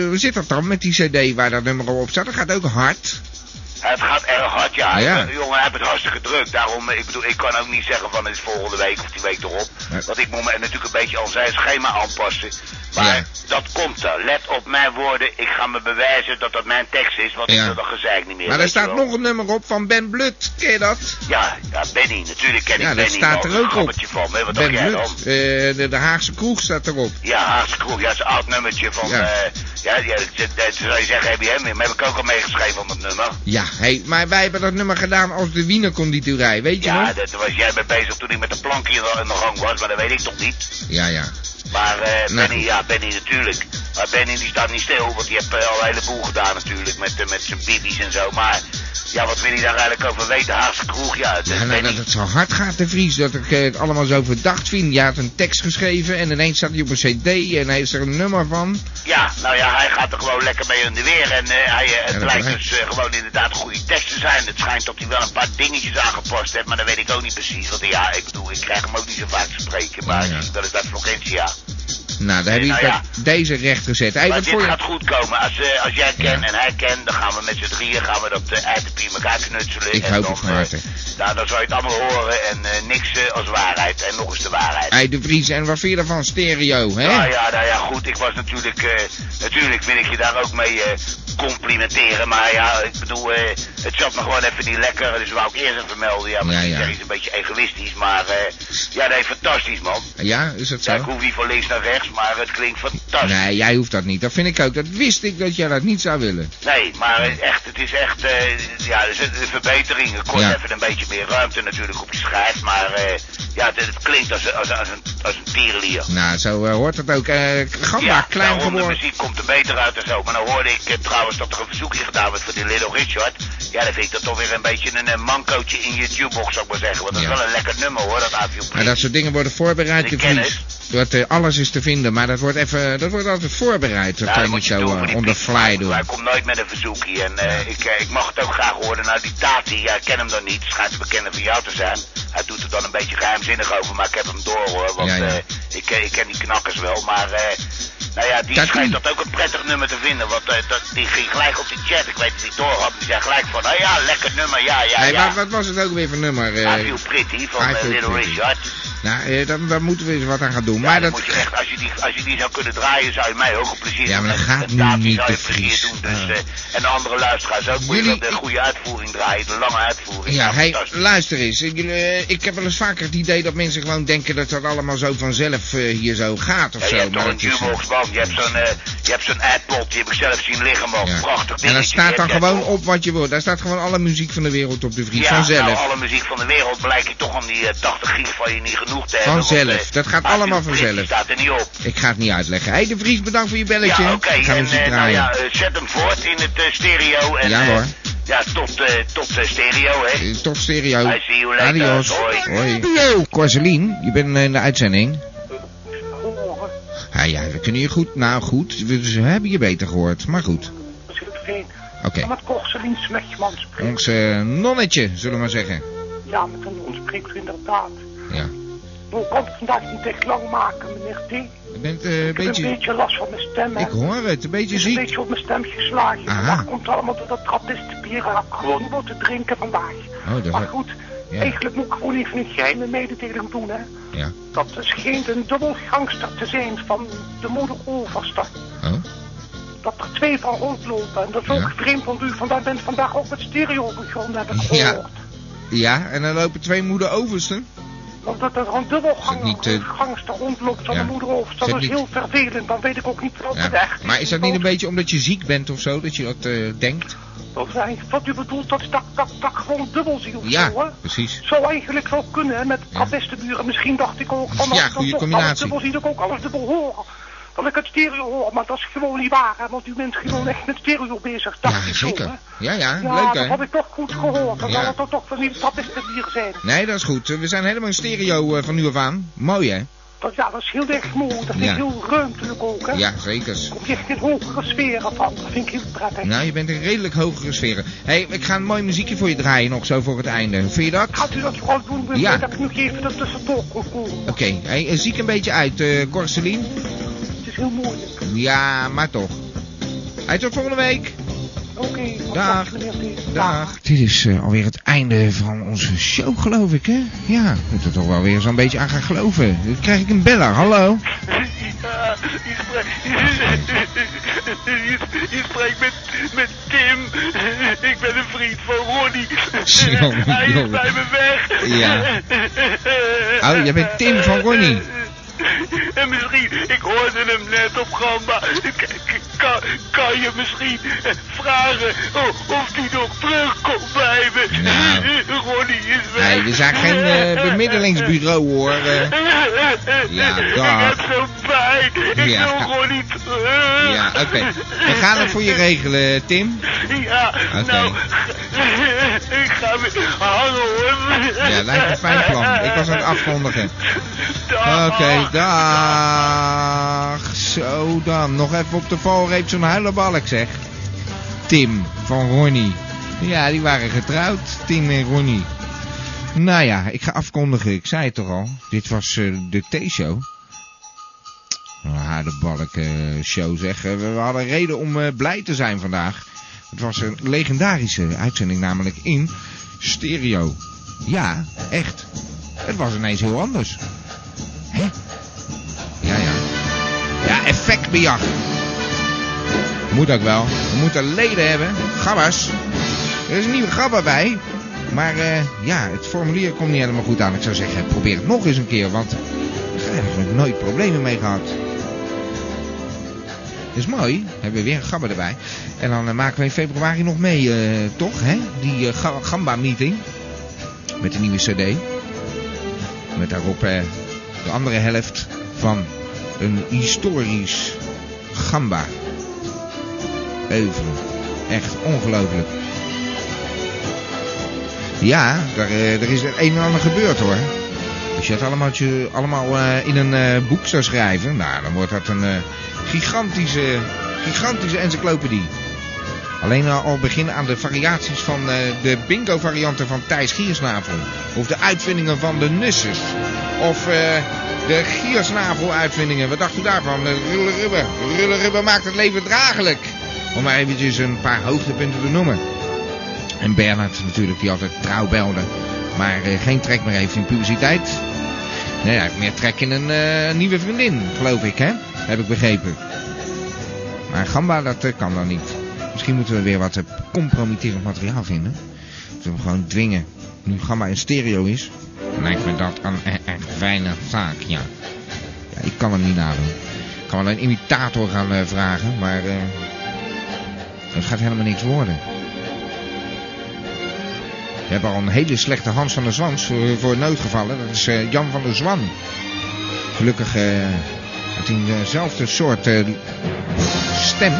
[SPEAKER 2] hoe zit dat dan met die cd waar dat nummer op staat? Dat gaat ook hard.
[SPEAKER 6] ook. Het gaat erg hard, ja.
[SPEAKER 2] Ah, ja.
[SPEAKER 6] Ik ben- jongen, hij heeft het hartstikke druk. Daarom, eh, ik bedoel, ik kan ook niet zeggen van het is volgende week of die week erop.
[SPEAKER 2] Nee.
[SPEAKER 6] Want ik moet me natuurlijk een beetje aan zijn schema aanpassen. Maar
[SPEAKER 2] Ja.
[SPEAKER 6] dat komt er. Let op mijn woorden. Ik ga me bewijzen dat dat mijn tekst is, want
[SPEAKER 2] Ja.
[SPEAKER 6] ik wil dat gezeik niet
[SPEAKER 2] maar
[SPEAKER 6] meer.
[SPEAKER 2] daar
[SPEAKER 6] weet je
[SPEAKER 2] staat
[SPEAKER 6] wel.
[SPEAKER 2] nog een nummer op van Ben Blut. Ken je dat?
[SPEAKER 6] Ja, ja, Benny, natuurlijk ken
[SPEAKER 2] ja, dat
[SPEAKER 6] ik Benny.
[SPEAKER 2] staat er
[SPEAKER 6] wel.
[SPEAKER 2] ook
[SPEAKER 6] Een
[SPEAKER 2] op.
[SPEAKER 6] grappertje van me,
[SPEAKER 2] ben
[SPEAKER 6] wat dacht jij dan?
[SPEAKER 2] Blut. Eh, de, de Haagse kroeg staat erop.
[SPEAKER 6] Ja, Haagse Kroeg, ja, is een oud nummertje van...
[SPEAKER 2] Ja.
[SPEAKER 6] Ja, ja, ja dat- dat dat zou je zeggen, heb je hem? Hem heb ik ook al meegeschreven op dat nummer.
[SPEAKER 2] Ja, hey, maar wij hebben dat nummer gedaan als de Wiener Conditorij, weet je
[SPEAKER 6] Ja,
[SPEAKER 2] nog?
[SPEAKER 6] daar was jij mee bezig toen ik met de plank hier aan de gang was, maar dat weet ik toch niet.
[SPEAKER 2] Ja, ja.
[SPEAKER 6] Maar eh,
[SPEAKER 2] Nou,
[SPEAKER 6] Benny,
[SPEAKER 2] goed.
[SPEAKER 6] ja, Benny natuurlijk. Maar Benny die staat niet stil, want die heeft eh, al een heleboel gedaan natuurlijk, met, eh, met zijn bibbies en zo. Maar ja, wat wil hij daar eigenlijk over weten? Haagse Kroeg, ja, het is
[SPEAKER 2] Ja, nou,
[SPEAKER 6] Benny.
[SPEAKER 2] dat het zo hard gaat, de Vries, dat ik eh, het allemaal zo verdacht vind. Je had een tekst geschreven en ineens staat hij op een cd en hij is er een nummer van.
[SPEAKER 6] Ja, nou ja, hij gaat er gewoon lekker mee in de weer. En eh, hij, eh, het
[SPEAKER 2] dat
[SPEAKER 6] blijkt
[SPEAKER 2] blijkt.
[SPEAKER 6] dus eh, gewoon inderdaad goede tekst te zijn. Het schijnt dat hij wel een paar dingetjes aangepast heeft, maar dat weet ik ook niet precies. Want eh, ja, ik bedoel, ik krijg hem ook niet zo vaak te spreken. Maar
[SPEAKER 2] Ja.
[SPEAKER 6] ik zie wel eens uit Florentia.
[SPEAKER 2] Nou, daar heb je
[SPEAKER 6] nou
[SPEAKER 2] dat-
[SPEAKER 6] ja.
[SPEAKER 2] deze recht gezet. Hey,
[SPEAKER 6] maar
[SPEAKER 2] wat
[SPEAKER 6] dit
[SPEAKER 2] voor je...
[SPEAKER 6] gaat goed komen. Als, eh, als jij kent en hij kent, dan gaan we met z'n drieën gaan we dat eh uit de in elkaar knutselen.
[SPEAKER 2] Ik
[SPEAKER 6] en
[SPEAKER 2] hoop
[SPEAKER 6] dan,
[SPEAKER 2] het van
[SPEAKER 6] eh,
[SPEAKER 2] harte.
[SPEAKER 6] nou, dan zal je het allemaal horen en eh, niks eh, als waarheid. En nog eens de waarheid.
[SPEAKER 2] Hey, de Vries, en wat vind je ervan, stereo, hè?
[SPEAKER 6] Nou ja, nou ja, goed, ik was natuurlijk, eh, natuurlijk wil ik je daar ook mee eh, complimenteren, maar ja, ik bedoel, eh, het zat me gewoon even niet lekker, dus wou ik eerst even melden, ja, maar
[SPEAKER 2] Ja,
[SPEAKER 6] ja,
[SPEAKER 2] ja.
[SPEAKER 6] dat is een beetje egoïstisch, maar eh, ja, nee, fantastisch man.
[SPEAKER 2] Ja, is dat
[SPEAKER 6] Ja, ik
[SPEAKER 2] zo?
[SPEAKER 6] hoef niet van links naar rechts, maar het klinkt fantastisch.
[SPEAKER 2] Nee, jij hoeft dat niet. Dat vind ik ook. Dat wist ik dat jij dat niet zou willen.
[SPEAKER 6] Nee, maar eh, echt, het is echt, eh, ja, er zit een verbetering. Er kost
[SPEAKER 2] Ja.
[SPEAKER 6] even een beetje meer ruimte natuurlijk op je schijf, maar eh, ja, het, het klinkt als, een- als, een- als een, als een tierenlier. nou,
[SPEAKER 2] Nou, zo eh, hoort het ook. eh gamba, klein
[SPEAKER 6] daarom,
[SPEAKER 2] geworden.
[SPEAKER 6] nou De muziek komt er beter uit en zo. Maar nou hoorde ik eh, trouwens dat er een verzoekje gedaan werd voor die Little Richard. Ja, dan vind ik dat toch weer een beetje een eh, mancootje in je jukebox, zou ik maar zeggen. Want dat is
[SPEAKER 2] Ja.
[SPEAKER 6] wel een lekker nummer hoor, dat Aviu
[SPEAKER 2] Maar dat soort dingen worden voorbereid, je
[SPEAKER 6] Ik ken
[SPEAKER 2] vries. Dat, eh, alles is te vinden, maar dat wordt, even, dat wordt altijd voorbereid. Dat kan je niet zo eh, on the fly doen.
[SPEAKER 6] Hij komt nooit met een verzoekje en eh, ik, eh, ik mag het ook graag horen. Nou, die Tati, ja, ik ken hem dan niet. Schijnt een bekende van jou te zijn. Hij doet er dan een beetje geheimzinnig over, maar ik heb hem door hoor. Want
[SPEAKER 2] Ja, ja.
[SPEAKER 6] eh, ik, ken- ik ken die knakkers wel, maar... eh, nou ja, die
[SPEAKER 2] Tati.
[SPEAKER 6] schijnt dat ook een prettig nummer te vinden. Want eh, dat, die ging gelijk op die chat. Ik weet dat hij door had. Die zei gelijk van, nou ja, lekker nummer, ja, ja,
[SPEAKER 2] Hey,
[SPEAKER 6] ja.
[SPEAKER 2] wat, wat was het ook weer voor nummer? eh?
[SPEAKER 6] I feel pretty van
[SPEAKER 2] I
[SPEAKER 6] eh,
[SPEAKER 2] Feel
[SPEAKER 6] Little
[SPEAKER 2] Pretty.
[SPEAKER 6] Richard.
[SPEAKER 2] nou, eh, dan, dan moeten we eens wat aan gaan doen.
[SPEAKER 6] Ja,
[SPEAKER 2] maar
[SPEAKER 6] dan
[SPEAKER 2] dat,
[SPEAKER 6] moet je echt, als je, die, als je die zou kunnen draaien, zou je mij heel veel plezier
[SPEAKER 2] Ja,
[SPEAKER 6] doen.
[SPEAKER 2] maar dat
[SPEAKER 6] En-
[SPEAKER 2] gaat
[SPEAKER 6] en
[SPEAKER 2] nu
[SPEAKER 6] Tati
[SPEAKER 2] niet,
[SPEAKER 6] zou je
[SPEAKER 2] de
[SPEAKER 6] plezier
[SPEAKER 2] Vries.
[SPEAKER 6] doen, dus,
[SPEAKER 2] Ja.
[SPEAKER 6] eh, en de andere luisteraars ook. Moet je
[SPEAKER 2] Jullie-
[SPEAKER 6] wel de goede uitvoering draaien, de lange uitvoering.
[SPEAKER 2] ja, hey,
[SPEAKER 6] fantastisch.
[SPEAKER 2] luister eens. Ik, eh, ik heb wel eens vaker het idee dat mensen gewoon denken dat dat allemaal zo vanzelf eh, hier zo gaat of
[SPEAKER 6] Ja, je
[SPEAKER 2] zo.
[SPEAKER 6] hebt toch
[SPEAKER 2] maar
[SPEAKER 6] een
[SPEAKER 2] dat is, eh,
[SPEAKER 6] jukebox, man. Je hebt zo'n eh, je hebt zo'n iPod, die heb ik zelf zien liggen, man.
[SPEAKER 2] ja.
[SPEAKER 6] Prachtig
[SPEAKER 2] En daar
[SPEAKER 6] dingetje,
[SPEAKER 2] staat
[SPEAKER 6] die
[SPEAKER 2] dan
[SPEAKER 6] heb jij
[SPEAKER 2] gewoon
[SPEAKER 6] toch?
[SPEAKER 2] op wat je wil. Daar staat gewoon alle muziek van de wereld op de vries.
[SPEAKER 6] Ja,
[SPEAKER 2] vanzelf.
[SPEAKER 6] nou, alle muziek van de wereld blijkt je toch aan die eh, 80 gig van je niet genoeg te hebben. want,
[SPEAKER 2] Vanzelf,
[SPEAKER 6] eh,
[SPEAKER 2] dat gaat
[SPEAKER 6] maar
[SPEAKER 2] allemaal
[SPEAKER 6] die print
[SPEAKER 2] vanzelf.
[SPEAKER 6] staat er niet op.
[SPEAKER 2] Ik ga het niet uitleggen. Hé, hey, de Vries, bedankt voor je belletje.
[SPEAKER 6] Ja, oké.
[SPEAKER 2] Ik ga
[SPEAKER 6] En
[SPEAKER 2] muziek
[SPEAKER 6] eh, nou
[SPEAKER 2] draaien.
[SPEAKER 6] ja, eh, zet hem voort in het eh, stereo. En,
[SPEAKER 2] Ja,
[SPEAKER 6] eh,
[SPEAKER 2] hoor.
[SPEAKER 6] ja, tot, eh, tot eh, stereo, hè.
[SPEAKER 2] Eh, Tot stereo.
[SPEAKER 6] I see you later.
[SPEAKER 2] Adios.
[SPEAKER 6] Hoi.
[SPEAKER 2] Corseline, je bent eh, in de uitzending. Ja, ja, we kunnen je goed. Nou, goed. We ze hebben je beter gehoord. Maar goed. Oké.
[SPEAKER 10] Met Korselien Smegman spreekt.
[SPEAKER 2] Ons eh, nonnetje, zullen we maar zeggen.
[SPEAKER 10] Ja, met een ons spreekt u inderdaad.
[SPEAKER 2] Ja.
[SPEAKER 10] Ik kan het vandaag niet echt lang maken, meneer T. Ik
[SPEAKER 2] Je bent eh, een
[SPEAKER 10] heb een
[SPEAKER 2] beetje...
[SPEAKER 10] beetje last van mijn stem, hè.
[SPEAKER 2] Ik hoor het. Een beetje
[SPEAKER 10] Ik ben een
[SPEAKER 2] ziek.
[SPEAKER 10] beetje op mijn stem geslagen.
[SPEAKER 2] Aha.
[SPEAKER 10] Dat komt allemaal door dat trappistenbier. En ik heb gewoon wat te drinken vandaag.
[SPEAKER 2] Oh, dat is
[SPEAKER 10] maar
[SPEAKER 2] wel-
[SPEAKER 10] goed,
[SPEAKER 2] ja.
[SPEAKER 10] eigenlijk moet ik gewoon even een geheime mededeling doen, hè.
[SPEAKER 2] Ja.
[SPEAKER 10] Dat schijnt een dubbelgangster te zijn van de moeder overste.
[SPEAKER 2] Oh.
[SPEAKER 10] Dat er twee van rondlopen. En dat is ook
[SPEAKER 2] Ja.
[SPEAKER 10] vreemd, want u vandaag bent vandaag ook met stereo begonnen, heb ik
[SPEAKER 2] Ja.
[SPEAKER 10] gehoord.
[SPEAKER 2] Ja, en dan lopen twee moeder oversten.
[SPEAKER 10] Omdat er een dubbelganger
[SPEAKER 2] Is het niet, eh,
[SPEAKER 10] gangster rondloopt van
[SPEAKER 2] ja.
[SPEAKER 10] de moeder over.
[SPEAKER 2] Is
[SPEAKER 10] Dat
[SPEAKER 2] het
[SPEAKER 10] is
[SPEAKER 2] niet-
[SPEAKER 10] heel vervelend. Dan weet ik ook niet wat het
[SPEAKER 2] Ja.
[SPEAKER 10] echt
[SPEAKER 2] Maar is dat niet een
[SPEAKER 10] Want-
[SPEAKER 2] beetje omdat je ziek bent of zo? Dat je dat eh, denkt?
[SPEAKER 10] dat hij- Wat u bedoelt, dat is dat, dat, dat ik gewoon dubbel zie of zo, hè?
[SPEAKER 2] Ja, precies.
[SPEAKER 10] Zou eigenlijk wel kunnen, hè, met
[SPEAKER 2] Ja.
[SPEAKER 10] beste buren. Misschien dacht ik ook van...
[SPEAKER 2] Ja,
[SPEAKER 10] als ik dan
[SPEAKER 2] goede
[SPEAKER 10] toch
[SPEAKER 2] combinatie.
[SPEAKER 10] Alles dubbel zie, dat ik ook alles dubbel hoor. Dat ik het stereo hoor, maar dat is gewoon niet waar, hè? Want u bent gewoon echt met stereo bezig, dacht
[SPEAKER 2] Ja,
[SPEAKER 10] ik zo, hè?
[SPEAKER 2] zeker. Ja, ja.
[SPEAKER 10] Oh. Ja,
[SPEAKER 2] Leuk,
[SPEAKER 10] dat
[SPEAKER 2] hè?
[SPEAKER 10] had ik toch goed gehoord. Dan
[SPEAKER 2] Ja.
[SPEAKER 10] zou het toch toch van die beste buren zijn.
[SPEAKER 2] Nee, dat is goed. We zijn helemaal in stereo eh, van nu af aan. Mooi, hè?
[SPEAKER 10] Dat, ja, dat is heel erg mooi. Dat vind
[SPEAKER 2] Ja.
[SPEAKER 10] ik heel ruimtelijk ook, hè?
[SPEAKER 2] Ja, zeker.
[SPEAKER 10] kom je echt in hogere sferen van. Dat vind ik heel prettig.
[SPEAKER 2] Nou, je bent in redelijk hogere sferen. Hé, hey, ik ga een mooi muziekje voor je draaien nog zo voor het einde. Vind je dat?
[SPEAKER 10] Gaat u dat vooral doen? wil
[SPEAKER 2] Ja.
[SPEAKER 10] ik Dat ik nog even dat tussendoor kon komen.
[SPEAKER 2] Oké, hey, eh, ziek een beetje uit, eh Corseline.
[SPEAKER 10] Het is heel moeilijk.
[SPEAKER 2] Ja, maar toch. Hey, tot volgende week.
[SPEAKER 10] Oké, tot
[SPEAKER 2] Dag.
[SPEAKER 10] straks, meneer T.
[SPEAKER 2] Dag. Dit is eh, alweer het einde van onze show, geloof ik, hè? Ja, moet er toch wel weer zo'n beetje aan gaan geloven. Dan krijg ik een beller, hallo.
[SPEAKER 4] Ja, je spreekt, je, je spreekt met, met Tim. Ik ben een vriend van Ronnie.
[SPEAKER 2] Jongen,
[SPEAKER 4] Hij is
[SPEAKER 2] jongen.
[SPEAKER 4] bij me weg.
[SPEAKER 2] Ja. Oh, jij bent Tim van Ronnie.
[SPEAKER 4] En misschien, ik hoorde hem net op Gamba. K- k- Kan, kan je misschien eh, vragen o- of hij nog terugkomt bij me?
[SPEAKER 2] Nou.
[SPEAKER 4] Ronnie is weg.
[SPEAKER 2] Nee, we zijn geen eh, bemiddelingsbureau, hoor. eh. ja, dag.
[SPEAKER 4] Ik heb zo pijn. Ik
[SPEAKER 2] Ja.
[SPEAKER 4] wil gewoon niet terug.
[SPEAKER 2] Ja, oké. We gaan het voor je regelen, Tim.
[SPEAKER 4] Ja,
[SPEAKER 2] Oké.
[SPEAKER 4] nou. Ik ga weer hangen hoor.
[SPEAKER 2] Ja, lijkt me een fijn plan. Ik was aan het afkondigen.
[SPEAKER 4] Dag.
[SPEAKER 2] Oké, dag. Zo dan. Nog even op de valreep zo'n huilenbalk, zeg. Tim van Ronnie. Ja, die waren getrouwd, Tim en Ronnie. Nou ja, ik ga afkondigen. Ik zei het toch al. Dit was eh, de T-show. Haardenbalk-show zeg. Eh, We hadden reden om eh, blij te zijn vandaag. Het was een legendarische uitzending, namelijk in stereo. Ja, echt. Het was ineens heel anders. Hè? Ja, ja. Ja, effectbejag. Moet ook wel. We moeten leden hebben. Gabbers. Er is een nieuwe gabber bij. Maar eh, ja, het formulier komt niet helemaal goed aan. Ik zou zeggen, probeer het nog eens een keer. Want daar hebben we nog nooit problemen mee gehad. Dat is mooi. Hebben we weer een gabber erbij. En dan eh, maken we in februari nog mee, eh, toch? Hè? Die eh, ga- gamba-meeting. Met de nieuwe cd. Met daarop eh, de andere helft van een historisch gamba. Euvel. Echt ongelooflijk. Ja, daar, eh, er is het een en ander gebeurd hoor. Als je dat allemaal, tje- allemaal eh, in een eh, boek zou schrijven, nou, dan wordt dat een eh, gigantische, gigantische encyclopedie. Alleen al, al beginnen aan de variaties van eh, de bingo-varianten van Thijs Giersnavel. Of de uitvindingen van de Nussers. Of eh, de Giersnavel-uitvindingen. Wat dacht u daarvan? De Rulle rubber. Rulle rubber maakt het leven draaglijk. Om maar eventjes een paar hoogtepunten te noemen. En Bernhard natuurlijk, die altijd trouw belde. Maar eh, geen trek meer heeft in publiciteit. Nee, hij heeft meer trek in een eh, nieuwe vriendin, geloof ik, hè? Heb ik begrepen. Maar Gamba, dat eh, kan dan niet. Misschien moeten we weer wat eh, compromitterend materiaal vinden. Moeten we hem gewoon dwingen. Nu Gamba in stereo is, lijkt me dat een e- echt weinig zaak, ja. ja ik kan hem niet nadoen. Ik kan wel een imitator gaan eh, vragen, maar... eh, het gaat helemaal niks worden. We hebben al een hele slechte Hans van der Zwans eh, voor, voor noodgevallen. Dat is eh, Jan van der Zwan. Gelukkig eh had hij dezelfde soort eh, stem.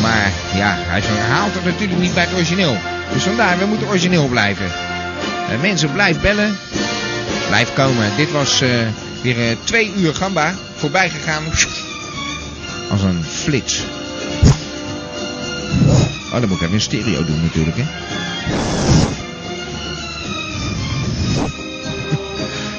[SPEAKER 2] Maar ja, hij herhaalt het natuurlijk niet bij het origineel. Dus vandaar, we moeten origineel blijven. Eh, mensen, blijf bellen. Blijf komen. Dit was eh, weer eh, twee uur gamba. Voorbij gegaan. Als een flits. Oh, dan moet ik even een stereo doen natuurlijk, hè.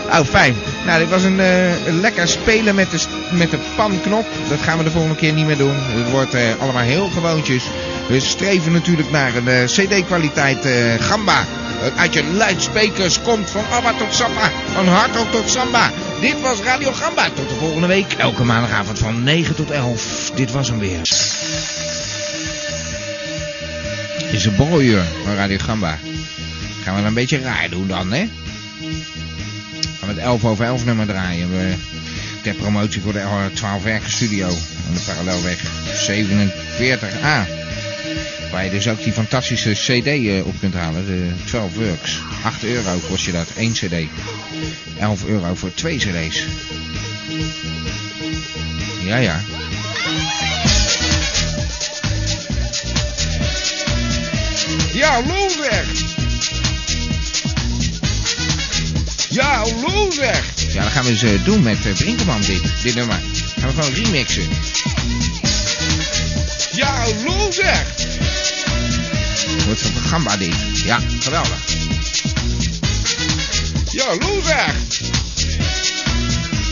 [SPEAKER 2] Oh, fijn. Nou, dit was een eh, een lekker spelen met de, s- met de panknop. Dat gaan we de volgende keer niet meer doen. Het wordt eh, allemaal heel gewoontjes. We streven natuurlijk naar een eh, cd-kwaliteit eh, gamba. Dat uit je luidsprekers komt van ABBA tot Samba. Van hardrock tot Samba. Dit was Radio Gamba. Tot de volgende week. Elke maandagavond van 9 tot 11. Dit was hem weer. Het is een borreluur van Radio Gamba. Gaan we het een beetje raar doen dan, hè? Gaan we het 11 over 11 nummer draaien. We, ter promotie voor de 12-werken studio. Aan de parallelweg 47A. Waar je dus ook die fantastische cd eh, op kunt halen. De 12 works. 8 euro kost je dat. 1 cd. 11 euro voor 2 cd's. Ja, ja. Ja, lul zeg! Ja, lul zeg! Ja, dat gaan we eens eh, doen met eh, Brinkelman dit, dit nummer. Gaan we gewoon remixen. Ja, lul zeg! Wordt van gamba dit. Ja, geweldig. Ja, lul zeg!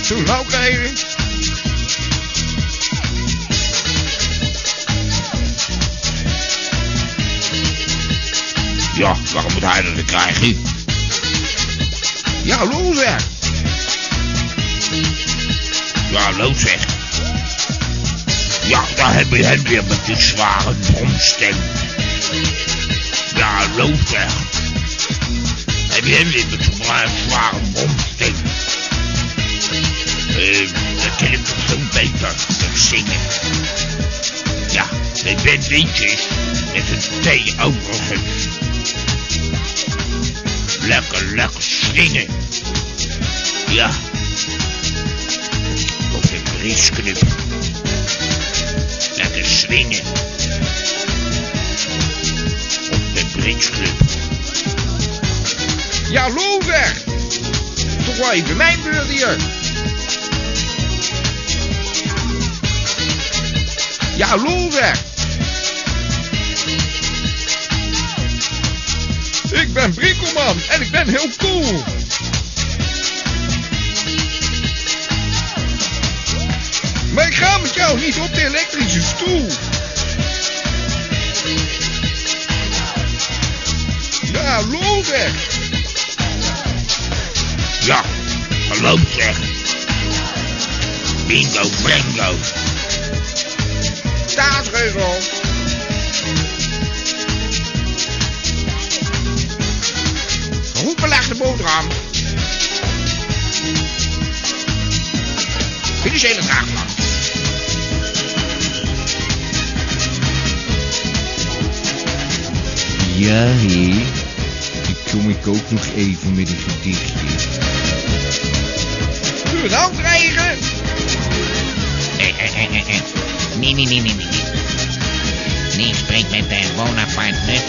[SPEAKER 2] Zo, nou even. Ja, waarom moet hij dat krijgen? Ja, lul zeg.
[SPEAKER 11] Ja, lood zeg. Ja, daar heb je hem weer met die zware bromstem. Ja, lood zeg. Heb je hem weer met die zware, zware bromstem. Eh, dat kan ik toch veel beter dan zingen. Ja, ik ben liedjes met een thee overigens. Lekker, lekker zingen. Ja. Op de briesknup. Lekker swingen. Op de briesknup.
[SPEAKER 2] Ja, lul zeg. Toch wel even mijn beurt hier. Ja, lul zeg. Ik ben Brinkelman en ik ben heel cool. Maar ik ga met jou niet op de elektrische stoel. Ja, lul zeg.
[SPEAKER 11] Ja, hallo zeg. Bingo, brengo.
[SPEAKER 2] Staatsregel. Roepelaag de boterham. Financiële draagvlak. Ja, hé. Ik kom ik ook nog even met een gedichtje. Doe het ook krijgen.
[SPEAKER 11] Eh, eh, eh, eh, eh. Nee, nee, nee, nee, nee. Nee, Nee, spreek met de Bonaparte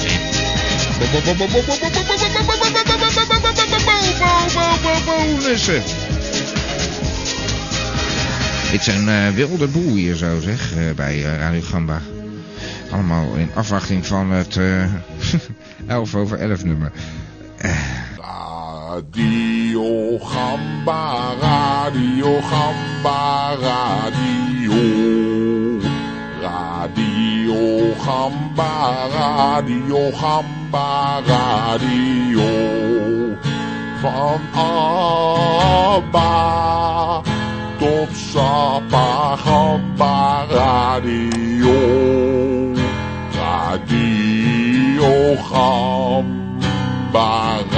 [SPEAKER 11] Nussen.
[SPEAKER 2] Met Bonussen. Het is een eh, wilde boel hier zo zeg, eh, bij eh, Radio Gamba. Allemaal in afwachting van het eh 11 over 11 nummer.
[SPEAKER 12] Radio Gamba, Radio Gamba, Radio. Radio Gamba, Radio Gamba, Radio. Van Abba tot Sapa Gamba, Radio. Radio Gamba,